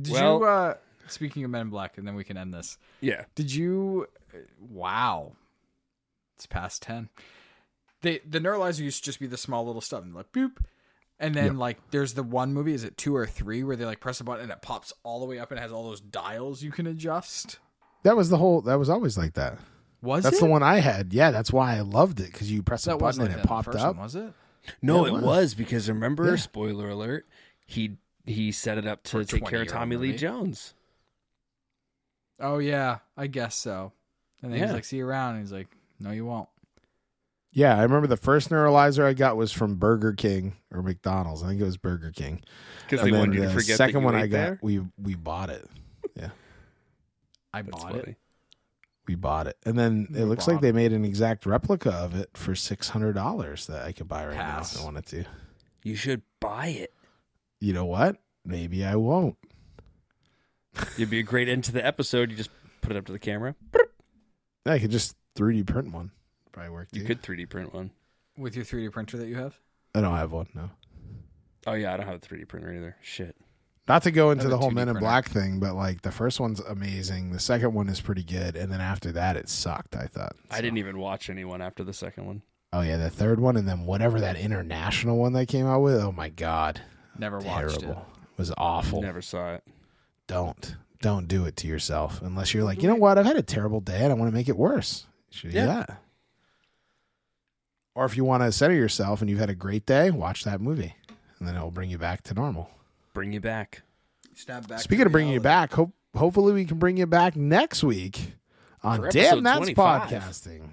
Did Well- you, uh, speaking of Men in Black, and then we can end this. yeah, Did you? uh, Wow, it's past ten. They the neuralizer used to just be the small little stuff, and like boop, and then like there's the one movie. Is it two or three where they like press a button and it pops all the way up and it has all those dials you can adjust? That was the whole. That was always like that. Was that's it? the one I had. Yeah, that's why I loved it because you press a that button wasn't and it popped up. was it? no, Yeah, it it was. was. because remember, Yeah. spoiler alert, he he set it up to For take care of 20-year-old Tommy Lee movie. Jones. Oh yeah, I guess so. And then Yeah. he's like, "See you around." And he's like, "No, you won't." Yeah, I remember the first neuralizer I got was from Burger King or McDonald's. I think it was Burger King. Because And they then wanted you to the forget. that second you one ate I got, there. we we bought it. I That's bought it. funny. We bought it, and then it We looks bought like they made an exact replica of it for six hundred dollars that I could buy right Pass. now if I wanted to. You should buy it. You know what? Maybe I won't. It'd be a great end to the episode. You just put it up to the camera. I could just three D print one. Probably work. You too. could 3D print one. with your 3D printer that you have. I don't have one. No. Oh yeah, I don't have a 3D printer either. Shit. Not to go into Have the a whole 2D Men in printer. Black thing, but like the first one's amazing. The second one is pretty good, and then after that, it sucked. I thought. I didn't even watch anyone after the second one. Oh yeah, the third one, and then whatever that international one they came out with. Oh my god, Never watched terrible. It was awful. Never saw it. Don't don't do it to yourself unless you're like, you know what? I've had a terrible day, and I want to make it worse. You should do Yeah. that. Or if you want to center yourself and you've had a great day, watch that movie, and then it'll bring you back to normal. Bring you back. it. Snap back. Speaking to of bringing you reality. back, hope, hopefully we can bring you back next week on For episode Damn That's 25. Podcasting.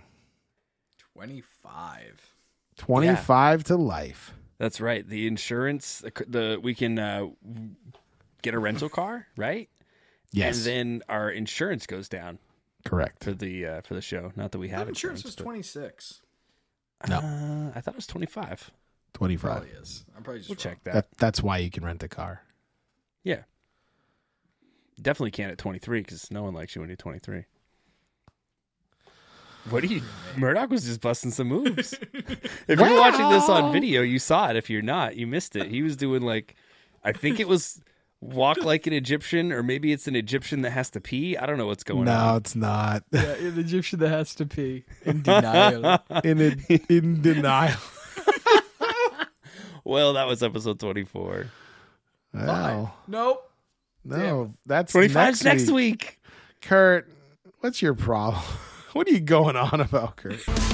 25. 25 to life. That's right. The insurance, the, the we can uh, get a rental car, right? Yes. And then our insurance goes down correct. for the uh, for the show. Not that we have That insurance was but- 26. Uh, I thought it was twenty five. 25. Probably is. I'm probably just We'll check that. That, that's why you can rent a car. Yeah. Definitely can't at 23 because no one likes you when you're 23. What do you? Murdoch was just busting some moves. if you're watching this on video, you saw it. If you're not, you missed it. He was doing like, I think it was walk like an Egyptian, or maybe it's an Egyptian that has to pee. I don't know what's going No, on. it's not. Yeah, an Egyptian that has to pee in denial. in, it, in denial. Well, that was episode 24. Wow. nope. No, that's 25's next, next week. week. Kurt, what's your problem? What are you going on about, Kurt?